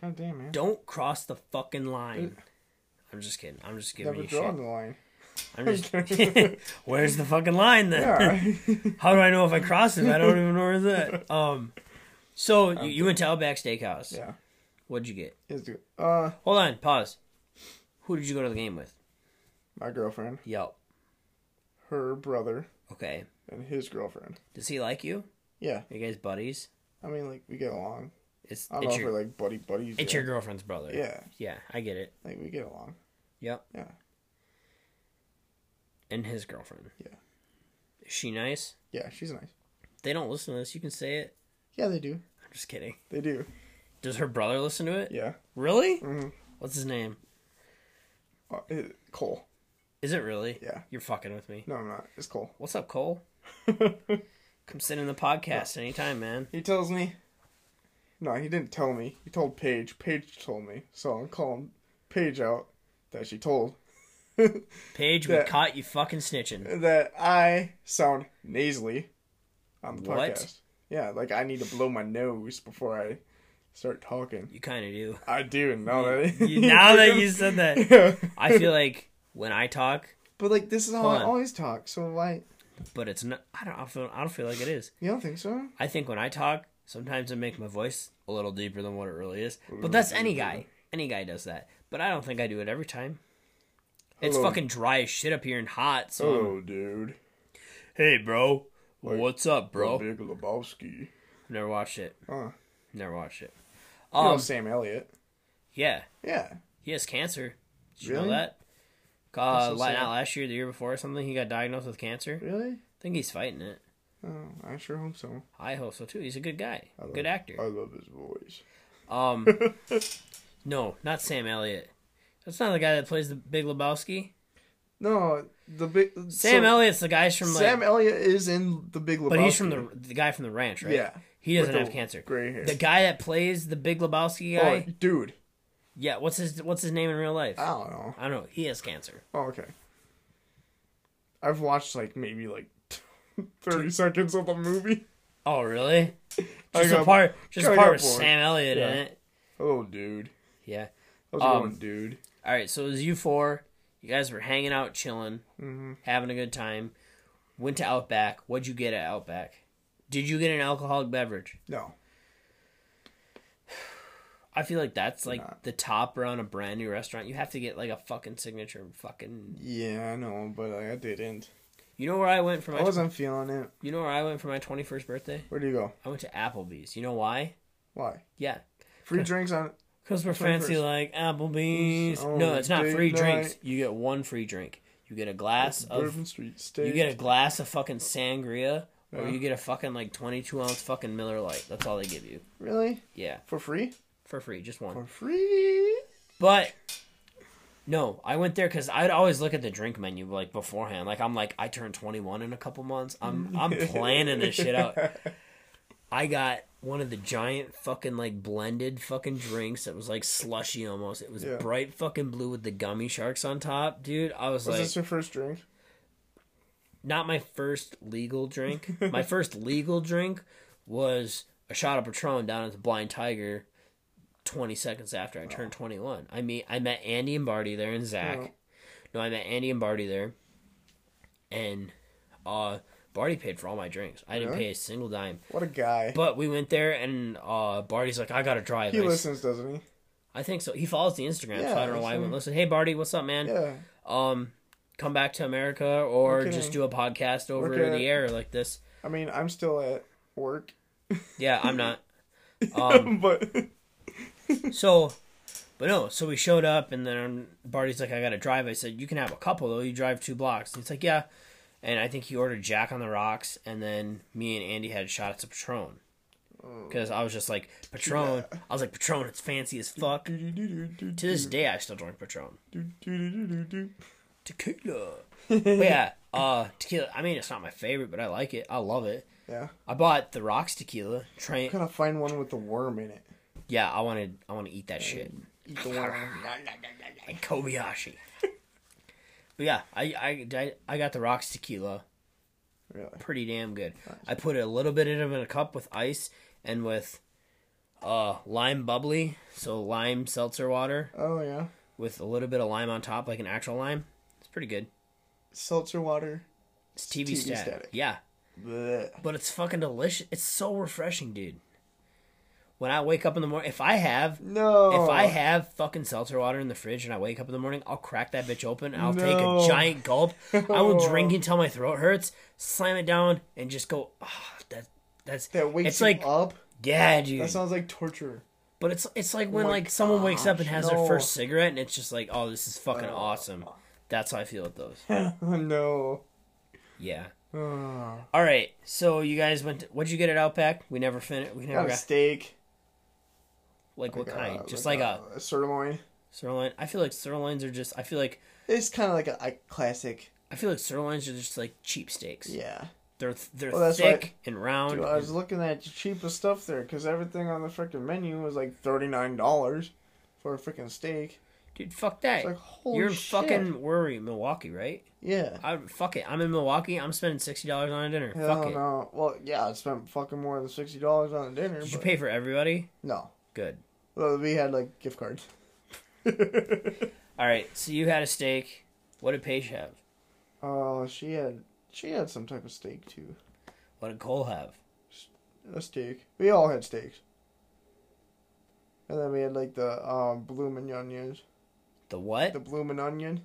B: God damn, man.
A: don't cross the fucking line. I'm just kidding. I'm just giving
B: Mm. Never
A: you
B: draw on
A: shit.
B: the line.
A: I'm just Where's the fucking line then?
B: Yeah.
A: How do I know if I cross it? I don't even know where it's at. Um so you, you went to Outback Steakhouse.
B: yeah.
A: What'd you get?
B: It's good. Uh,
A: Hold on, pause. Who did you go to the game with?
B: my girlfriend,
A: Yelp.
B: her brother,
A: Okay.
B: and his girlfriend.
A: Does he like you?
B: Yeah.
A: Are you guys buddies?
B: I mean, like, we get along.
A: It's
B: I don't
A: it's
B: know
A: your
B: if we're like buddy buddies.
A: it's
B: yet.
A: your girlfriend's brother.
B: Yeah.
A: Yeah, I get it.
B: Like, we get along.
A: Yep.
B: Yeah.
A: And his girlfriend.
B: Yeah.
A: Is she nice?
B: Yeah, she's nice.
A: They don't listen to this. You can say it.
B: Yeah, they do.
A: I'm just kidding.
B: They do.
A: Does her brother listen to it?
B: Yeah.
A: Really?
B: Mhm.
A: What's his name?
B: Uh, it- Cole.
A: Is it really?
B: Yeah.
A: You're fucking with me.
B: No, I'm not. It's Cole.
A: What's up, Cole? Come sit in the podcast anytime, man.
B: He tells me. No, he didn't tell me. He told Paige. Paige told me. So I'm calling Paige out that she told
A: Paige, we
B: That-
A: caught you fucking snitching.
B: that I sound nasally on the podcast.
A: What?
B: Yeah, like I need to blow my nose before I start talking.
A: You kind of do.
B: I do now that
A: You- now that you said that,
B: Yeah.
A: I feel like when I talk,
B: But like this is how
A: Hold
B: I
A: on.
B: always talk. So why
A: but it's not. I don't. I, feel, I don't feel like it is.
B: you don't think so?
A: I think when I talk, sometimes I make my voice a little deeper than what it really is. But that's any guy. Any guy does that. But I don't think I do it every time. It's
B: Hello.
A: fucking dry as shit up here and hot. So I'm-
B: Oh, dude,
A: hey, bro, what's up, bro?
B: Big Lebowski.
A: Never watched it.
B: Huh.
A: Never watched it.
B: You know
A: Um,
B: Sam Elliott.
A: yeah,
B: Yeah.
A: he has cancer. Did you
B: Really?
A: know that? Uh,
B: so
A: la-
B: sad.
A: not last year, the year before, or something. He got diagnosed with cancer. I
B: Really?
A: think he's fighting it.
B: Oh, I sure hope so.
A: I hope so too. He's a good guy,
B: love-
A: good actor.
B: I love his voice.
A: Um, no, not Sam Elliott. That's not the guy that plays the Big Lebowski.
B: No, the big
A: Sam
B: so,
A: Elliott's the guy's from like,
B: Sam Elliott is in the Big Lebowski,
A: but he's from the the guy from the ranch, right?
B: yeah.
A: He doesn't
B: with
A: have
B: the
A: cancer.
B: gray hair.
A: The guy that plays the Big Lebowski
B: Oh,
A: guy.
B: dude,
A: Yeah. What's his What's his name in real life?
B: I don't know.
A: I don't know. He has cancer.
B: Oh, okay. I've watched like maybe like thirty seconds of the movie.
A: Oh, really?
B: I
A: Just a
B: got-
A: part. Just a
B: I
A: part
B: got
A: with
B: bored.
A: Sam Elliott in
B: Yeah.
A: it.
B: Oh, dude,
A: Yeah.
B: how's
A: Um,
B: it going, dude?
A: All right. So it was you four. You guys were hanging out, chilling,
B: Mm-hmm.
A: having a good time. Went to Outback. What'd you get at Outback? Did you get an alcoholic beverage?
B: No,
A: I feel like that's like
B: Not.
A: the top round of brand new restaurant. You have to get like a fucking signature fucking.
B: yeah, I know, but like, I didn't.
A: You know where I went for my.
B: I wasn't feeling it.
A: You know where I went for my twenty first birthday?
B: Where do you go?
A: I went to Applebee's. You know why?
B: Why?
A: Yeah,
B: Free drinks on
A: because we're fancy
B: 21st.
A: like Applebee's.
B: Oh,
A: no, it's not
B: date
A: free drinks.
B: night.
A: You get one free drink. You get a glass of.
B: Bourbon Street Steak.
A: You get a glass of fucking sangria, or
B: Yeah.
A: you get a fucking like twenty two ounce fucking Miller Lite. That's all they give you.
B: really
A: Yeah,
B: for free?
A: for free, just one.
B: For free?
A: But no, I went there because I'd always look at the drink menu like beforehand. Like I'm like I turned 21 in a couple months. I'm I'm planning this shit out. I got one of the giant fucking like blended fucking drinks that was like slushy almost. It was
B: Yeah.
A: bright fucking blue with the gummy sharks on top, dude. I was,
B: Was
A: like,
B: this your first drink?
A: not my first legal drink. my first legal drink was a shot of Patron down at the Blind Tiger. Twenty seconds after I turned twenty one, I meet I met Andy and Barty there and Zach.
B: Oh.
A: No, I met Andy and Barty there, and uh, Barty paid for all my drinks. I didn't
B: Really?
A: pay a single dime.
B: What a guy.
A: But we went there, and uh, Barty's like, "I gotta drive."
B: he
A: I s-
B: listens, doesn't he?
A: I think so. He follows the Instagram, so
B: Yeah,
A: I don't know why I
B: so-
A: wouldn't listen. Hey, Barty, what's up, man?
B: Yeah.
A: Um, come back to America or
B: Okay.
A: just do a podcast over
B: Okay.
A: the air like this.
B: I mean, I'm still at work,
A: Yeah, I'm not. Um,
B: but
A: so, but no, so we showed up, and then Barty's like, I got to drive. I said, You can have a couple, though. You drive two blocks. And he's like, Yeah. And I think he ordered Jack on the Rocks, and then me and Andy had shots of Patron. Because I was just like, Patron. I was like, Patron, it's fancy as fuck. To this day, I still drink Patron. Tequila. but yeah, uh, tequila. I mean, it's not my favorite, but I like it. I love it.
B: yeah,
A: I bought the Rocks tequila. Train.
B: gotta find one with the worm in it.
A: Yeah, I wanted. I want to eat that shit.
B: Eat the worm.
A: and Kobayashi. but yeah, I, I, I- I got the rocks tequila,
B: Really?
A: pretty damn good. I put a little bit in it in a cup with ice and with uh lime bubbly, so lime seltzer water
B: Oh yeah,
A: with a little bit of lime on top, like an actual lime. It's pretty good.
B: seltzer water.
A: It's TV,
B: TV
A: stat.
B: static.
A: Yeah,
B: Blech.
A: but it's fucking delicious. It's so refreshing, dude. When I wake up in the morning, if I have
B: No.
A: If I have fucking seltzer water in the fridge and I wake up in the morning, I'll crack that bitch open. and I'll take a
B: No.
A: giant gulp. I will
B: No.
A: drink until my throat hurts, slam it down, and just go. Ah, that that's
B: that wakes
A: it's like
B: you up.
A: yeah, dude.
B: That sounds like torture.
A: but it's it's like when
B: my
A: like someone wakes up and
B: gosh,
A: has
B: no.
A: their first cigarette, and it's just like, oh, this is fucking awesome. That's how I feel with those.
B: no.
A: Yeah.
B: Oh.
A: All right. So you guys went. To, what'd you get at Outback? We never finished. We never
B: Got a
A: got,
B: steak.
A: like what
B: got,
A: kind? just like, a,
B: a sirloin.
A: sirloin. I feel like sirloins are just. I feel like
B: It's kind of like a, a classic.
A: I feel like sirloins are just like cheap steaks.
B: Yeah.
A: They're they're
B: Well, that's
A: thick
B: why-
A: and round.
B: Dude, I was looking at the cheapest stuff there because everything on the freaking menu was like thirty nine dollars for a freaking steak.
A: Dude, fuck that.
B: It's like holy
A: You're in
B: shit.
A: fucking where are you, Milwaukee, right?
B: yeah.
A: I fuck it. I'm in Milwaukee. I'm spending sixty dollars on a dinner.
B: Hell
A: Ah, fuck it.
B: no. Well, yeah, I spent fucking more than sixty dollars on a dinner.
A: Did you
B: but
A: pay for everybody?
B: No,
A: Good.
B: well, we had like gift cards.
A: All right. So you had a steak. What did Paige have?
B: Oh, she had she had some type of steak too.
A: What did Cole have?
B: A steak. We all had steaks. And then we had like the um, bloomin' onions.
A: The what?
B: The bloomin' onion.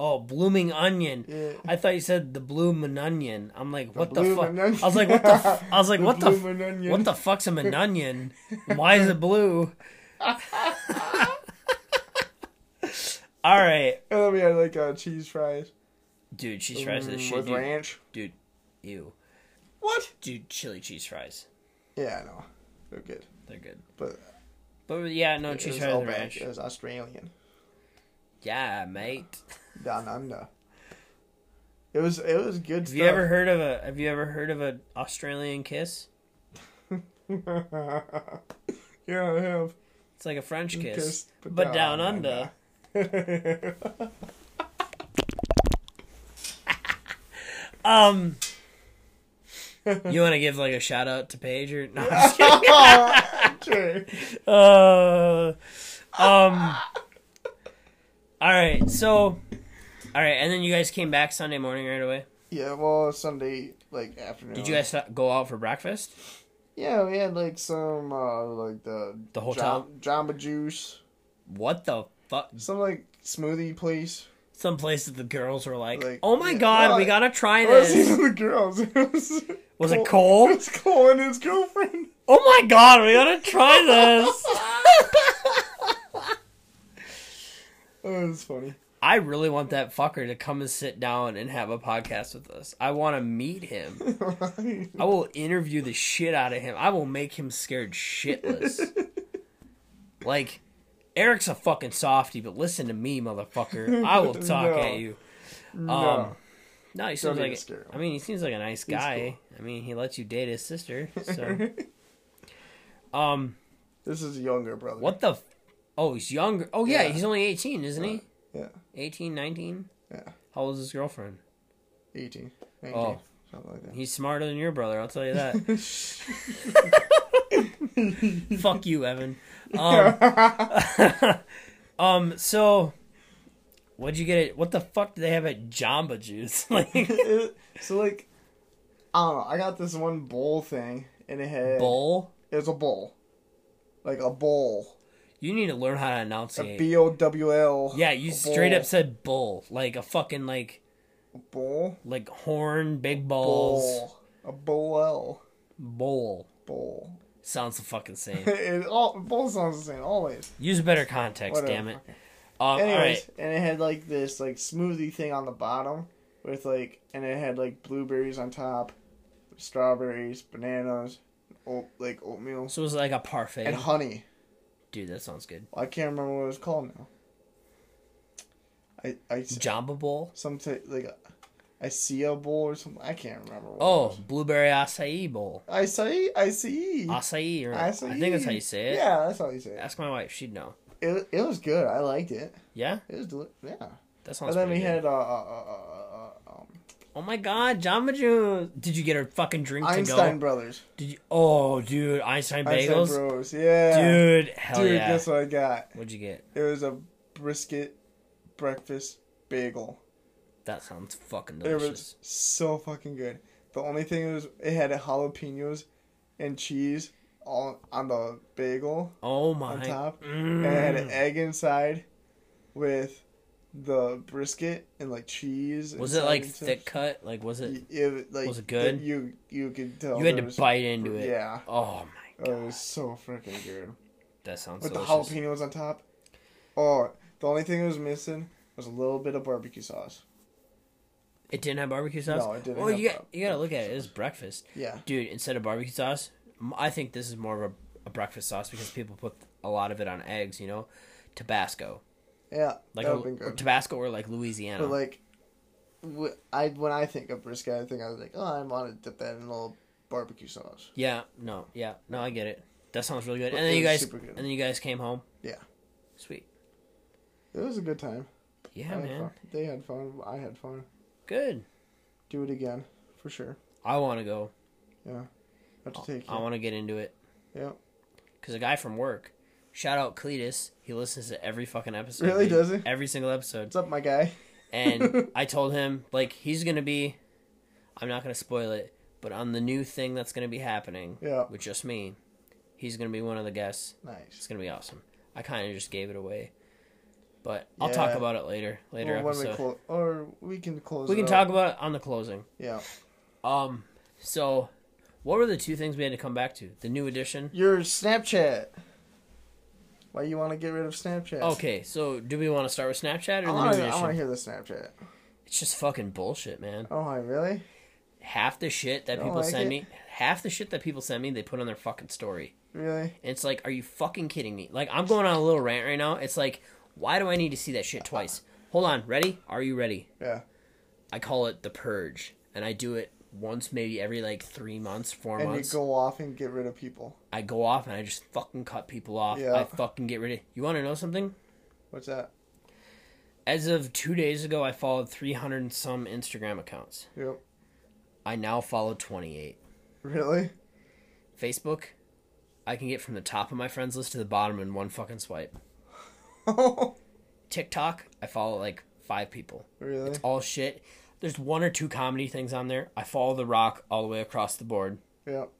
A: Oh, blooming onion.
B: Yeah.
A: I thought you said the blue manunion. I'm like, what the,
B: blue
A: fuck?
B: manunion.
A: I was like, what the? F-? I was like,
B: The
A: what the?
B: blue
A: f-
B: manunion.
A: What the fuck's a manunion? Why is it blue? All right,
B: And then we had like uh, cheese fries.
A: dude. Cheese fries are the
B: Mm,
A: shit,
B: with
A: dude.
B: ranch.
A: dude. Ew,
B: What?
A: dude. Chili cheese fries.
B: Yeah, I know. They're good.
A: They're good.
B: But
A: But yeah, no
B: it
A: cheese
B: was
A: fries
B: all
A: and
B: bad.
A: ranch.
B: It was Australian.
A: Yeah, mate.
B: Down under. It was it was good
A: Have you ever heard of a Have you ever heard of an Australian kiss?
B: yeah, I have.
A: It's like a
B: Mm,
A: French kiss,
B: Kissed,
A: but, down, under.
B: under.
A: Um, you want to give like a shout out to Paige or no? I'm just kidding.
B: Sure.
A: Uh, um. All right, so, all right, and then you guys came back Sunday morning right away.
B: Yeah, well, Sunday like afternoon.
A: Did you guys th- go out for breakfast?
B: Yeah, we had like some uh like the
A: The hotel?
B: Jamba Juice,
A: What the fuck?
B: some like smoothie place.
A: Some places the girls were like,
B: Like,
A: "Oh my
B: yeah,
A: god, we
B: well,
A: gotta try
B: It wasn't
A: this."
B: even the girls. It was
A: Was it
B: It
A: cold?
B: was Cole and his girlfriend.
A: Oh my god, we gotta try this.
B: Oh, it was funny.
A: I really want that fucker to come and sit down and have a podcast with us. I want to meet him. I will interview the shit out of him. I will make him scared shitless. like, Eric's a fucking softy, but listen to me, motherfucker. I will talk
B: No.
A: at you. Um,
B: no.
A: No, he seems
B: Don't
A: like.
B: even scare him.
A: I mean, he seems like a nice guy. I mean, he lets you date his sister. So, um,
B: this is a younger brother.
A: what the? F- oh, he's younger. Oh yeah,
B: Yeah.
A: he's only eighteen, isn't he?
B: Yeah,
A: 18, 19?
B: Yeah.
A: How old is his girlfriend?
B: 18, 19,
A: Oh.
B: something like
A: He's smarter than your brother. I'll tell you that.
B: that.
A: Fuck you, Evan. Um, um. So, what'd you get? At, what the fuck do they have at Jamba Juice? like
B: so like, I don't know. I got this one bowl thing, and it had
A: bowl.
B: It was a bowl, like a bowl,
A: You need to learn how to enunciate.
B: a B O W L.
A: yeah, you
B: a
A: straight
B: bowl.
A: up said bull, like a fucking like
B: bowl,
A: like horn, big balls,
B: bowl, a bowl,
A: bowl.
B: bowl.
A: Sounds the fucking same.
B: it all bowl sounds the same always.
A: Use better context,
B: Whatever.
A: damn it. Um, all
B: Anyways,
A: right.
B: and it had like this like smoothie thing on the bottom with like, and it had like blueberries on top, strawberries, bananas, oat, like oatmeal,
A: So it was like a parfait.
B: and honey.
A: Dude, that sounds good.
B: I can't remember what it was called now. I I
A: Jamba bowl.
B: some t- like a, I see a bowl or something. I can't remember. What
A: Oh, blueberry acai bowl.
B: I see, I see,
A: Acai, or
B: I see.
A: I think that's how you say it.
B: Yeah, that's how you say it.
A: Ask my wife; she'd know.
B: It, it was good. I liked it.
A: Yeah,
B: It was deli- yeah.
A: that
B: And
A: sounds.
B: then we
A: pretty good.
B: had uh, uh, uh, uh, um,
A: Oh my God, Jamba Juice! Did you get her fucking drink
B: Einstein
A: to go?
B: Brothers
A: Did you? Oh, dude, Einstein
B: Einstein
A: bagels,
B: Bros. Yeah,
A: dude, hell
B: Dude,
A: yeah!
B: guess what I got?
A: What'd you get?
B: It was a brisket breakfast bagel.
A: That sounds fucking
B: It
A: delicious.
B: was so fucking good. The only thing was it had jalapenos and cheese all on the bagel.
A: oh my!
B: on top,
A: Mm.
B: and it had an egg inside with the brisket and like cheese. and
A: was it like
B: stuff.
A: thick cut? Like was it?
B: Y- It, like,
A: was it good?
B: that You you could tell.
A: you had
B: there
A: to
B: was-
A: bite into it.
B: Yeah,
A: Oh my
B: it
A: god,
B: was so freaking good
A: that sounds
B: with
A: delicious.
B: the jalapenos on top. Oh, the only thing that was missing was a little bit of barbecue sauce.
A: It didn't have barbecue sauce.
B: No, it didn't
A: Well,
B: have
A: you got
B: bar-
A: you got to look at it. It's breakfast,
B: Yeah,
A: dude. Instead of barbecue sauce, m- I think this is more of a, a breakfast sauce because people put a lot of it on eggs. You know, Tabasco,
B: yeah,
A: like
B: that
A: a,
B: would been
A: or
B: good.
A: Tabasco or like Louisiana.
B: But like, wh- I when I think of brisket, I think I was like, oh, I want to dip that in a little barbecue sauce.
A: yeah, no, yeah, no, I get it. That sounds really good.
B: But
A: And
B: it
A: then you
B: was
A: guys,
B: super good.
A: and then you guys came home.
B: Yeah.
A: sweet.
B: It was a good time.
A: Yeah,
B: I had
A: man,
B: fun. They had fun. I had fun.
A: good.
B: Do it again for sure.
A: I want to go.
B: Have to take.
A: Oh, I
B: you.
A: want to get into it.
B: Yeah.
A: Because a guy from work, shout out Cletus, he listens to every fucking episode.
B: Really,
A: dude.
B: does he?
A: Every single episode.
B: What's up, my guy?
A: and I told him like he's gonna be. I'm not gonna spoil it, but on the new thing that's gonna be happening
B: Yeah.
A: with just me, he's gonna be one of the guests. It's
B: Nice.
A: gonna be awesome. I kind of just gave it away, but I'll talk
B: Yeah.
A: about it later. Later
B: Well, when we
A: episode,
B: close, or we can close.
A: we
B: it
A: can
B: up.
A: talk about it on the closing.
B: Yeah.
A: Um, so what were the two things we had to come back to? The new edition.
B: Your Snapchat. Why you want to get rid of Snapchat?
A: Okay, so do we want to start with Snapchat or the
B: I want
A: new
B: to. I want to
A: edition?
B: hear the Snapchat.
A: It's just fucking bullshit, man.
B: Oh, I really?
A: Half the shit that
B: Don't
A: people
B: like
A: send
B: it?
A: me, half the shit that people send me, they put on their fucking story.
B: Really?
A: And it's like, are you fucking kidding me? Like, I'm going on a little rant right now. It's like, Why do I need to see that shit twice? Hold on, ready? Are you ready?
B: Yeah.
A: I call it the purge, and I do it once, maybe every like three months, four
B: And you
A: months.
B: go off and get rid of people.
A: I go off and I just fucking cut people off.
B: Yeah.
A: I fucking get rid of. You want to know something?
B: What's that?
A: As of two days ago, I followed 300 and some Instagram accounts.
B: Yep.
A: I now follow 28.
B: Really?
A: Facebook, I can get from the top of my friends list to the bottom in one fucking swipe. TikTok, I follow like five people.
B: really?
A: It's all shit. There's one or two comedy things on there. I follow The Rock all the way across the board.
B: Yep.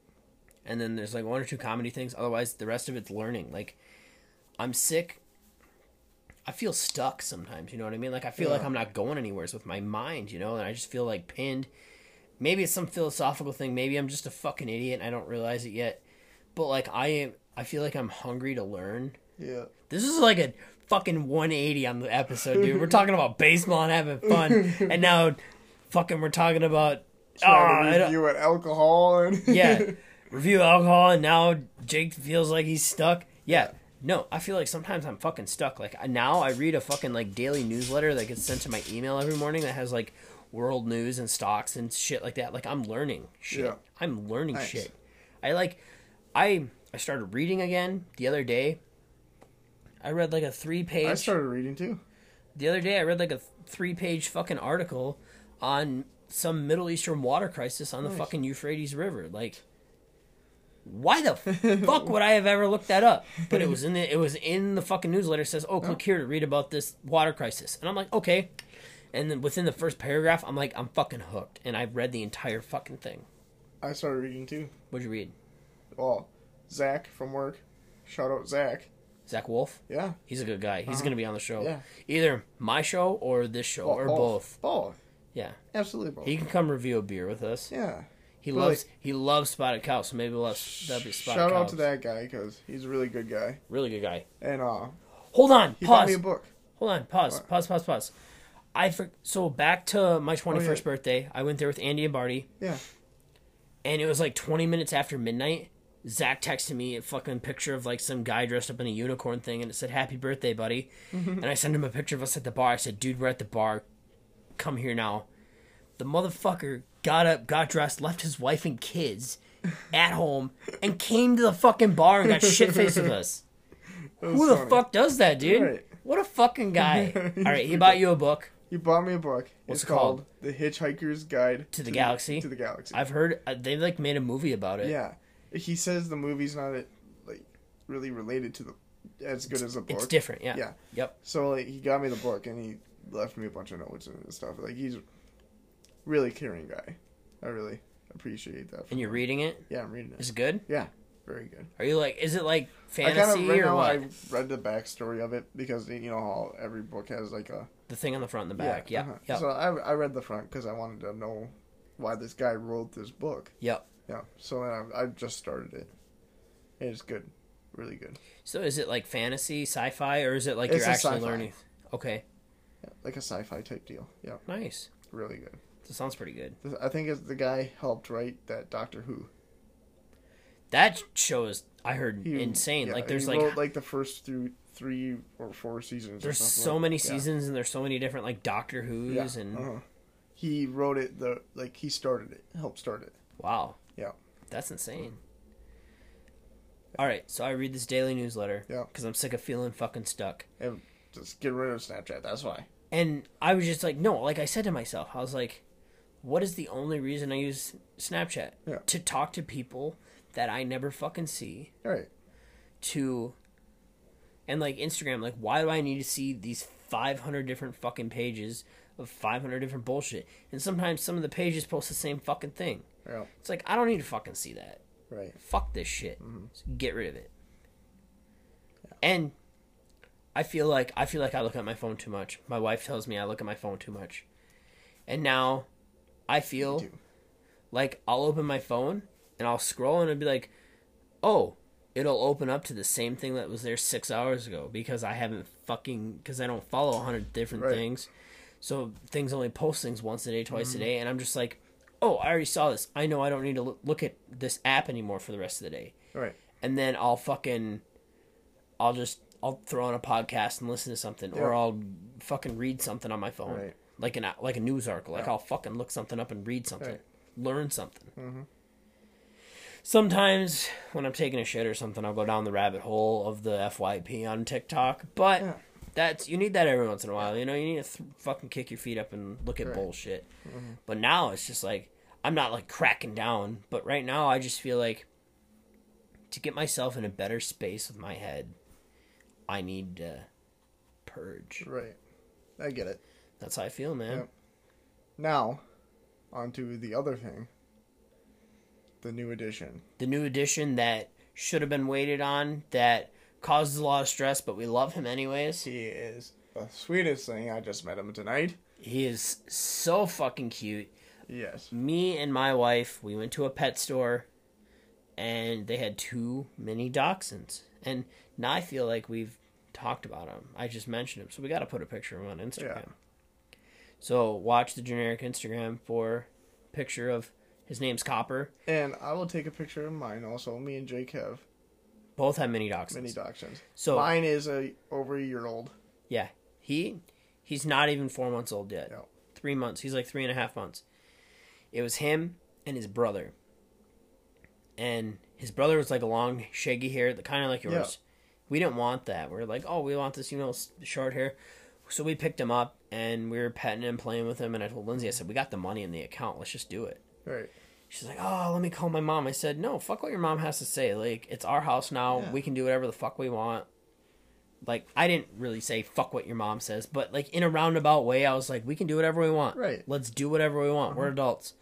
A: And then there's like one or two comedy things. Otherwise, the rest of it's learning. Like, I'm sick. I feel stuck sometimes. You know what I mean? Like, I feel like
B: Yeah.
A: I'm not going anywhere with my mind, you know? And I just feel like pinned. Maybe it's some philosophical thing. Maybe I'm just a fucking idiot and I don't realize it yet. But like, I am. I feel like I'm hungry to learn.
B: Yeah.
A: This is like a fucking 180 on the episode, dude. We're talking about baseball and having fun, and now fucking we're talking about
B: Trying
A: Ah, I
B: to
A: don't-
B: review it alcohol and
A: yeah review alcohol, and now Jake feels like he's stuck. Yeah, no, I feel like sometimes I'm fucking stuck. Like I- now I read a fucking like daily newsletter that gets sent to my email every morning that has like world news and stocks and shit like that. Like I'm learning shit.
B: Yeah.
A: I'm learning
B: Nice.
A: shit. I like I I started reading again the other day. I read like a three page
B: I started reading too.
A: the other day I read like a three page fucking article on some Middle Eastern water crisis on the fucking Euphrates River. Like, why the fuck would I have ever looked that up? But it was in the it was in the fucking newsletter. It says, oh, click here to read about this water crisis, and I'm like, okay. And then within the first paragraph, I'm like, I'm fucking hooked, and I've read the entire fucking thing.
B: I started reading too.
A: What'd you read?
B: Well, Zach from work. Shout out Zach.
A: Zach Wolf.
B: Yeah.
A: He's a good guy. He's gonna be on the show,
B: Yeah.
A: either my show or this show or both.
B: Both.
A: Yeah,
B: Absolutely both.
A: he can come review a beer with us.
B: yeah.
A: He
B: But,
A: loves he loves spotted cow, so maybe we'll have that'd be spotted
B: Shout
A: cow.
B: out to that guy because he's a really good guy.
A: Really good guy.
B: And uh,
A: Hold on,
B: he bought
A: pause.
B: me a book.
A: Hold on, pause, pause, pause, pause. I for, so back to
B: Oh,
A: my twenty first birthday. I went there with Andy and Barty,
B: Yeah.
A: and it was like twenty minutes after midnight. Zach texted me a fucking picture of like some guy dressed up in a unicorn thing, and it said "Happy birthday, buddy."
B: Mm-hmm.
A: and I sent him a picture of us at the bar. I said, "Dude, we're at the bar. Come here now." The motherfucker got up, got dressed, left his wife and kids at home, and came to the fucking bar and got shit faced with us.
B: That was
A: Who the
B: funny.
A: fuck does that, dude?
B: Right.
A: What a fucking guy. All right, he bought you a book.
B: He bought me a book.
A: What's
B: it's
A: it
B: called?
A: called?
B: The Hitchhiker's Guide
A: To the Galaxy?
B: To the Galaxy.
A: I've heard uh, they like made a movie about it.
B: yeah. He says the movie's not like really related to the as good as the book.
A: It's different, yeah.
B: Yeah.
A: Yep.
B: So like he got me the book and he left me a bunch of notes and stuff. Like he's a really caring guy. I really appreciate that.
A: And you're reading it?
B: yeah, I'm reading it.
A: Is it good?
B: Yeah, very good.
A: Are you like is it like
B: I kind
A: fantasy
B: of right
A: or
B: now
A: what?
B: I read the backstory of it because you know how every book has like a
A: The thing on the front and the back. Yeah.
B: uh-huh.
A: Yep.
B: So I I read the front because I wanted to know why this guy wrote this book.
A: yep.
B: Yeah. So then I, I just started it. And It's good, really good.
A: So is it like fantasy, sci-fi or is it like
B: It's
A: you're
B: a
A: actually
B: sci-fi.
A: learning? Okay.
B: Yeah, like a sci-fi type deal. Yeah,
A: Nice.
B: really good.
A: That sounds pretty good.
B: This- I think it's the guy helped write that Doctor Who.
A: That show is I heard
B: He-
A: insane.
B: yeah,
A: like there's
B: he
A: like
B: wrote, like the first through three or four seasons. or
A: there's
B: something
A: so
B: like-
A: many
B: yeah.
A: seasons and there's so many different like Doctor
B: Yeah,
A: Who's and
B: uh-huh. he wrote it. The like he started it, helped start it.
A: Wow.
B: Yeah.
A: That's insane. All right, so I read this daily newsletter
B: Yeah.
A: because I'm sick of feeling fucking stuck.
B: And just get rid of Snapchat. That's why.
A: And I was just like, no, like I said to myself, I was like, what is the only reason I use Snapchat?
B: Yeah.
A: To talk to people that I never fucking see,
B: All right.
A: to. And like Instagram, like, why do I need to see these 500 different fucking pages of 500 different bullshit? And sometimes some of the pages post the same fucking thing.
B: Yeah.
A: It's like, I don't need to fucking see that.
B: Right.
A: fuck this shit. So get rid of it. And I feel like I feel like I look at my phone too much. My wife tells me I look at my phone too much. And now I feel
B: do.
A: like I'll open my phone and I'll scroll and it'll be like, "Oh, it'll open up to the same thing that was there 6 hours ago because I haven't fucking cuz I don't follow 100 different
B: Right.
A: things." So things only post things once a day, twice
B: Mm-hmm.
A: a day, and I'm just like, "Oh, I already saw this. I know I don't need to loo- look at this app anymore for the rest of the day."
B: All right.
A: and then I'll fucking I'll just I'll throw on a podcast and listen to something,
B: Yeah.
A: or I'll fucking read something on my phone,
B: Right.
A: like an like a news article. Like
B: Yeah.
A: I'll fucking look something up and read something,
B: Right.
A: learn something.
B: Mhm.
A: Sometimes when I'm taking a shit or something, I'll go down the rabbit hole of the FYP on TikTok. But
B: Yeah.
A: that's you need that every once in a while. You know, you need to th- fucking kick your feet up and look at
B: Right. Mm-hmm.
A: bullshit. But now it's just like I'm not like cracking down, but right now I just feel like to get myself in a better space with my head, I need to purge.
B: Right. I get it.
A: That's how I feel, man.
B: Yep. Now, on to the other thing. The new edition.
A: The new addition that should have been waited on that causes a lot of stress, but we love him anyways.
B: He is the sweetest thing. I just met him tonight.
A: He is so fucking cute.
B: Yes.
A: me and my wife we went to a pet store and they had two mini dachshunds and now i feel like we've talked about them i just mentioned them so we got to put a picture of them on instagram so watch the generic instagram for picture of his name's copper
B: And I will take a picture of mine also. Me and Jake have
A: both have mini dachshunds
B: mini dachshunds.
A: so
B: mine is a over a year old.
A: yeah he he's not even four months old yet
B: No.
A: three months he's like three and a half months it was him and his brother and his brother was like a long shaggy hair the kind of like yours we didn't want that we are like oh we want this you know s- short hair so we picked him up and we were petting him playing with him and i told lindsay i said we got the money in the account let's just do it
B: Right.
A: she's like oh let me call my mom i said no fuck what your mom has to say like it's our house now
B: Yeah.
A: we can do whatever the fuck we want like i didn't really say fuck what your mom says but like in a roundabout way i was like we can do whatever we want
B: Right. Uh-huh.
A: let's do whatever we want we're adults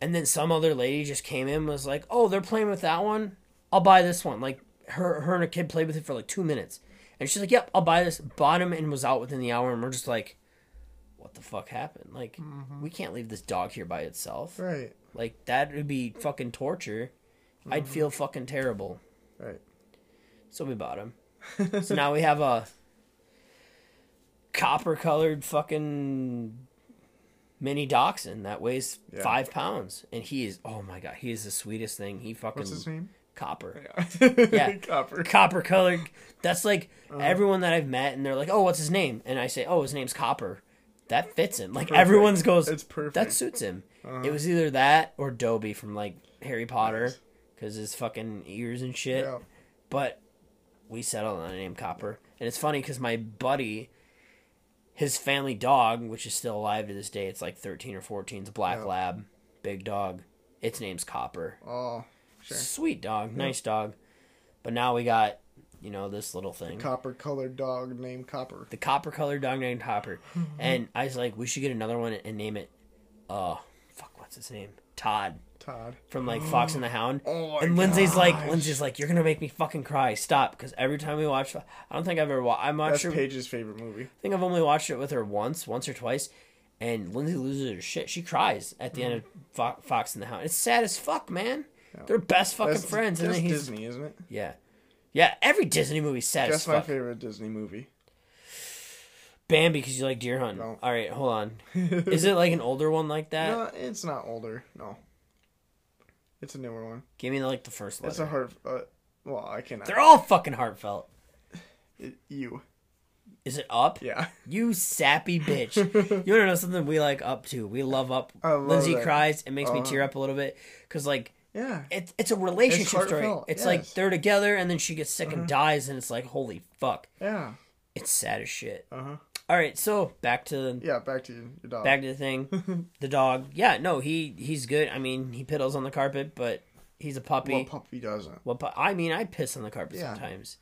A: and then some other lady just came in and was like oh they're playing with that one i'll buy this one like her her and her kid played with it for like two minutes and she's like yep i'll buy this bought him and was out within the hour and we're just like what the fuck happened like
B: Mm-hmm.
A: we can't leave this dog here by itself
B: Right.
A: like that would be fucking torture.
B: Mm-hmm.
A: I'd feel fucking terrible.
B: Right.
A: So we bought him. so now we have a copper colored fucking mini dachshund that weighs
B: Yeah.
A: five pounds. And he is oh my god, he is the sweetest thing. He fucking
B: What's his name?
A: copper.
B: Yeah. Copper.
A: Copper colored that's like
B: Uh.
A: everyone that I've met and they're like, Oh, what's his name? And I say, Oh, his name's Copper. That fits him. Like
B: Perfect.
A: everyone's goes
B: It's perfect.
A: that suits him. It was either that or Dobby from like Harry Potter
B: Uh-huh. Nice.
A: because his fucking ears and shit.
B: yeah.
A: But we settled on the name Copper, and it's funny because my buddy, his family dog, which is still alive to this day, it's like thirteen or fourteen, it's a black
B: Yeah.
A: lab, big dog. Its name's Copper.
B: Oh, sure.
A: Sweet dog, nice dog. But now we got, you know, this little thing.
B: Copper colored dog named Copper.
A: the copper colored dog named Hopper. and I was like, we should get another one and name it uh fuck what's his name? Todd
B: Todd.
A: from like Fox and the Hound.
B: Oh my
A: and Lindsay's like
B: gosh.
A: Lindsay's like, You're gonna make me fucking cry. Stop because every time we watch I don't think I've ever watched I'm not
B: That's
A: sure
B: Paige's favorite movie.
A: I think I've only watched it with her once, once or twice. And Lindsay loses her shit. She cries at the end
B: Mm.
A: of Fo- Fox and the Hound. It's sad as fuck, man. They're best fucking
B: That's,
A: friends. And
B: that's
A: then he's
B: Disney, isn't it?
A: yeah, yeah. Every Disney movie's sad
B: That's
A: as
B: my
A: fuck.
B: favorite Disney movie.
A: Bambi because you like deer hunting.
B: No.
A: All right, hold on. Is it like an older one like that?
B: No, it's not older. No, it's a newer one.
A: Give me like the first
B: It's
A: letter.
B: a heart. Uh, well, I cannot.
A: They're all fucking heartfelt.
B: It- you.
A: Is it up?
B: Yeah.
A: You sappy bitch. you wanna know something we like up to? We love up.
B: I love
A: Lindsay
B: that.
A: cries. It makes me
B: Uh-huh.
A: tear up a little bit because like
B: Yeah.
A: it's it's a relationship
B: It's
A: story.
B: heartfelt,
A: It's like
B: yes. Uh-huh.
A: they're together and then she gets sick and dies and it's like holy fuck.
B: Yeah.
A: It's sad as shit.
B: Uh huh.
A: All right, so back to
B: Yeah. Back to you, your dog.
A: back to the thing. the dog. Yeah, no, he he's good. I mean, he piddles on the carpet, but he's a puppy.
B: Well, puppy doesn't.
A: Well, pu- I mean, I piss on the carpet
B: Yeah.
A: sometimes.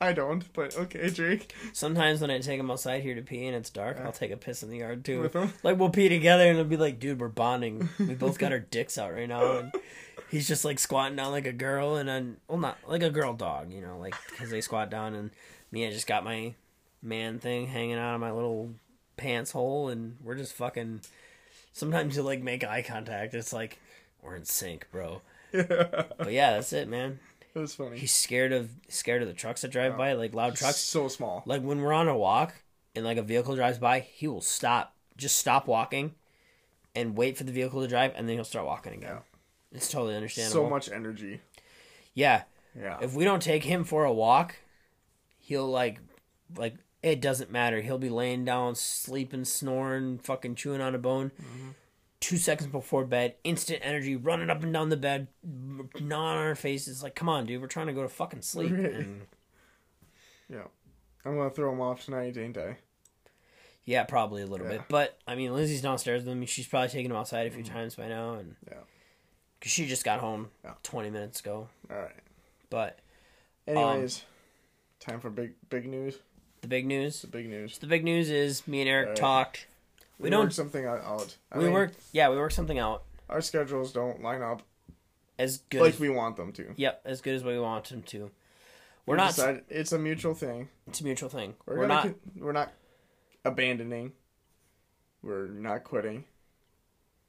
B: I don't. But okay, Drake.
A: Sometimes when I take him outside here to pee and it's dark, I'll take a piss in the yard too.
B: With him?
A: Like we'll pee together and it'll be like, dude, we're bonding. We both got our dicks out right now. And he's just like squatting down like a girl and then, well, not like a girl dog, you know, like because they squat down and me, I just got my man thing hanging out of my little pants hole and we're just fucking. Sometimes you like make eye contact. It's like we're in sync, bro.
B: it
A: But yeah, that's it, man.
B: was funny.
A: He's scared of scared of the trucks that drive by, like loud trucks.
B: so small.
A: Like when we're on a walk and like a vehicle drives by, he will stop, just stop walking, and wait for the vehicle to drive, and then he'll start walking again. It's totally understandable.
B: So much energy.
A: Yeah,
B: Yeah.
A: If we don't take him for a walk, he'll like like it doesn't matter. He'll be laying down, sleeping, snoring, fucking chewing on a bone. Two seconds before bed, instant energy, running up and down the bed, gnawing on our faces. Like, come on, dude, we're trying to go to fucking sleep.
B: Right.
A: And,
B: Yeah. I'm gonna throw him off tonight, ain't I?
A: yeah, probably a little
B: Yeah. Mm-hmm.
A: bit. But I mean, Lindsay's downstairs with him. She's probably taken him outside a few times by now, and
B: Yeah.
A: because she just got home
B: Yeah.
A: twenty minutes ago.
B: All right.
A: But
B: Anyways,
A: Um,
B: time for big big news.
A: the big news,
B: The big news.
A: the big news is me and Eric
B: Alright.
A: talked. We,
B: We,
A: don't.
B: worked something out- out. I
A: we
B: mean,
A: worked. Yeah, we worked something out
B: Our schedules don't line up
A: as good.
B: like
A: as,
B: we want them to.
A: Yep, as good as we want them to. We're not.
B: Decide- it's a mutual thing.
A: It's a mutual thing.
B: We're,
A: We're,
B: gonna
A: not.
B: con- we're not abandoning. We're not quitting.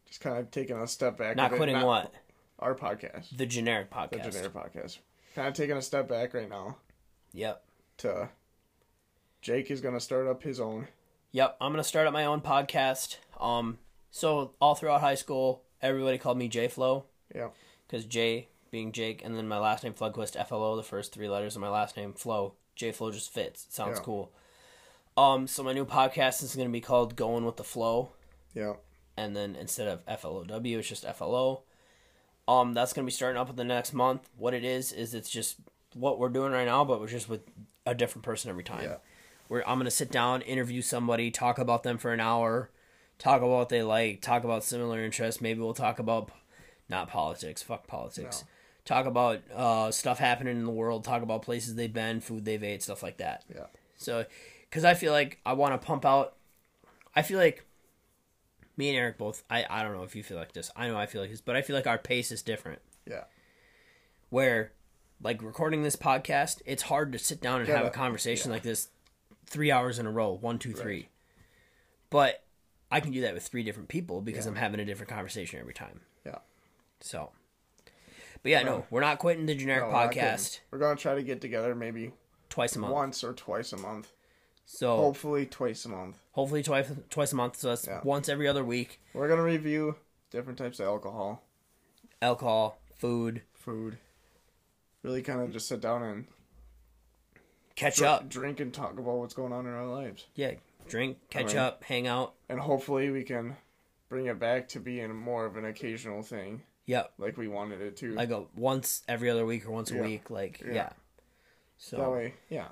B: Just kind of taking a step back.
A: not
B: a bit.
A: quitting what
B: Our podcast,
A: the generic
B: the
A: podcast.
B: generic podcast. Kind of taking a step back right now.
A: Yep.
B: To Jake is gonna start up his own.
A: Yep. I'm gonna start up my own podcast. Um. So all throughout high school, everybody called me J Flow
B: Yep.
A: because J being Jake, and then my last name Flugquist F L O. The first three letters of my last name Flow. J Flow just fits. It sounds
B: Yeah.
A: cool. Um. So my new podcast is gonna be called Going with the Flow.
B: Yep.
A: and then instead of FLOW, it's just FLO. Um, that's gonna be starting up in the next month. What it is is it's just what we're doing right now, but we're just with a different person every time.
B: Yeah.
A: Where I'm gonna sit down, interview somebody, talk about them for an hour, talk about what they like, talk about similar interests. Maybe we'll talk about not politics, fuck politics.
B: No.
A: Talk about uh, stuff happening in the world. Talk about places they've been, food they've ate, stuff like that.
B: Yeah.
A: So, because I feel like I want to pump out. I feel like me and Eric both. I I don't know if you feel like this. I know I feel like this, but I feel like our pace is different.
B: Yeah.
A: Where, like recording this podcast, it's hard to sit down and
B: Yeah,
A: have a
B: but-
A: conversation like this, three hours in a row, one, two, three. But I can do that with three different people because I'm having a different conversation every time.
B: Yeah.
A: So, but yeah, no, we're not quitting the generic
B: No, we're not kidding.
A: podcast
B: Oh, We're gonna try to get together maybe
A: twice a month. Oh.
B: once or twice a month.
A: So
B: Hopefully twice a month.
A: hopefully twice twice a month. So that's
B: Yeah.
A: once every other week.
B: We're gonna review different types of alcohol,
A: alcohol, food,
B: food. Really kind of just sit down and
A: catch
B: dr-
A: up.
B: drink and talk about what's going on in our lives.
A: Yeah, drink, catch
B: Alright.
A: up, hang out.
B: And hopefully we can bring it back to being more of an occasional thing
A: Yep.
B: like we wanted it to.
A: Like a once every other week or once a
B: Yeah.
A: week. Like yeah.
B: Yeah.
A: So
B: that way, yeah.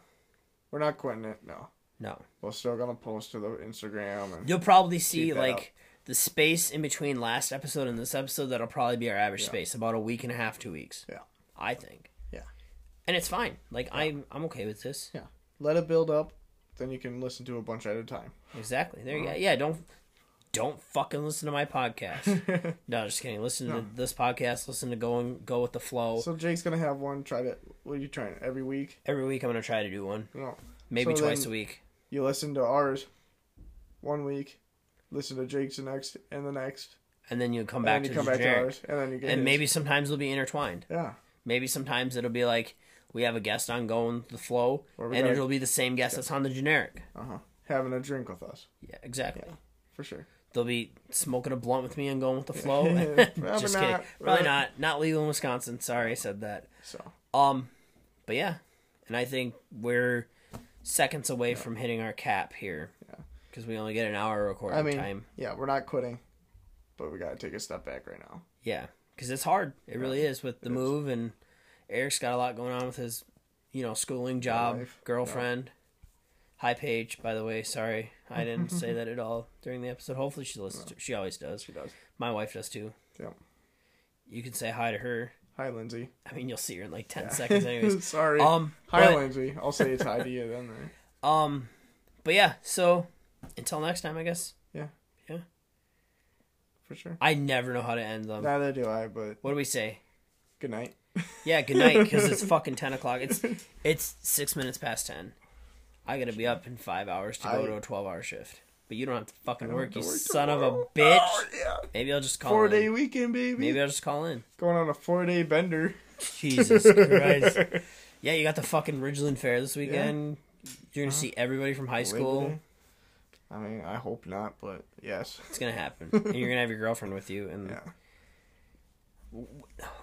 B: We're not quitting it, no.
A: no,
B: We're still gonna post to the Instagram and
A: you'll probably see
B: Keep that
A: like
B: up.
A: the space in between last episode and this episode. That'll probably be our average space, about a week and a half, two weeks.
B: Yeah.
A: I think.
B: Yeah.
A: And it's fine. Like I'm, I'm okay with this.
B: yeah. Let it build up, then you can listen to a bunch at a time.
A: Exactly. There
B: Uh-huh.
A: you go. Yeah. Don't, don't fucking listen to my podcast. no, just kidding. Listen to this podcast. Listen to go and go with the flow.
B: So Jake's gonna have one, try to what are you trying? Every week?
A: every week I'm gonna try to do one.
B: No.
A: Maybe
B: So
A: twice
B: then-
A: a week.
B: you listen to ours one week, listen to Jake's the next, and the next,
A: And then you come
B: and
A: back
B: then you
A: to
B: come
A: the
B: back to
A: generic.
B: ours, and then you get
A: and
B: his.
A: maybe sometimes they'll be intertwined.
B: yeah,
A: Maybe sometimes it'll be like we have a guest on going with the flow
B: Or
A: and
B: we gotta-
A: it'll be the same guest that's on the generic.
B: uh huh, having a drink with us
A: Yeah, exactly.
B: for sure.
A: They'll be smoking a blunt with me and going with the flow.
B: Probably
A: Just kidding.
B: not.
A: Probably not. Not legal in Wisconsin. Sorry I said that.
B: So
A: Um but yeah. And I think we're seconds away from hitting our cap here. Because we only get an hour recording
B: I mean,
A: time.
B: yeah, we're not quitting, but we gotta take a step back right now.
A: Yeah, because it's hard. It really is with the move, and Eric's got a lot going on with his, you know, schooling, job,
B: Life, yeah.
A: girlfriend. Hi, Paige. By the way, sorry I didn't say that at all during the episode. Hopefully, she listens. To, she always does.
B: She does.
A: My wife does too.
B: Yeah.
A: You can say hi to her.
B: Hi, Lindsay.
A: I mean, you'll see her in like ten seconds, anyways.
B: Sorry.
A: Um,
B: Hi,
A: but-
B: Lindsay. I'll say it's hi to you then. Right?
A: Um, but yeah. So until next time, I guess
B: Yeah.
A: Yeah.
B: For sure.
A: I never know how to end them.
B: Neither do I, but
A: What do we say?
B: good night.
A: Yeah, good night, because it's fucking ten o'clock. It's it's six minutes past ten. I gotta be up in five hours to go
B: I-
A: to a twelve-hour shift. But you don't have to fucking
B: don't
A: work,
B: have to
A: you
B: work
A: son of
B: tomorrow.
A: a bitch.
B: Oh, yeah.
A: Maybe I'll just call
B: Four
A: in.
B: day weekend, baby.
A: Maybe I'll just call in.
B: Going on a four day bender.
A: Jesus Christ. Yeah, you got the fucking Ridgeland Fair this weekend. You're gonna see everybody from high
B: Uh-huh. Labor
A: school.
B: Day? I mean, I hope not, but yes.
A: It's gonna happen, and you're gonna have your girlfriend with you, and
B: Yeah.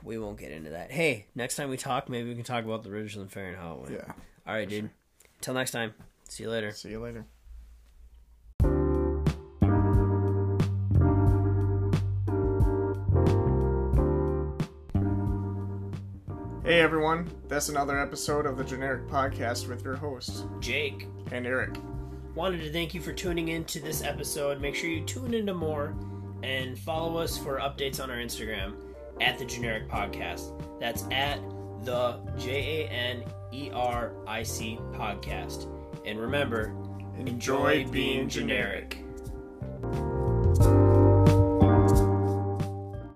A: We won't get into that. Hey, next time we talk, maybe we can talk about the Ridgeland Fair and how it went.
B: Yeah.
A: All right, dude. Till next time. See you later.
B: See you later. Hey everyone, that's another episode of the Generic Podcast with your hosts
A: Jake.
B: and Eric.
A: wanted to thank you for tuning in to this episode. Make sure you tune into more and follow us for updates on our Instagram at the generic podcast. That's at the J A N E R I C podcast. And remember,
B: Enjoy being generic.
A: generic.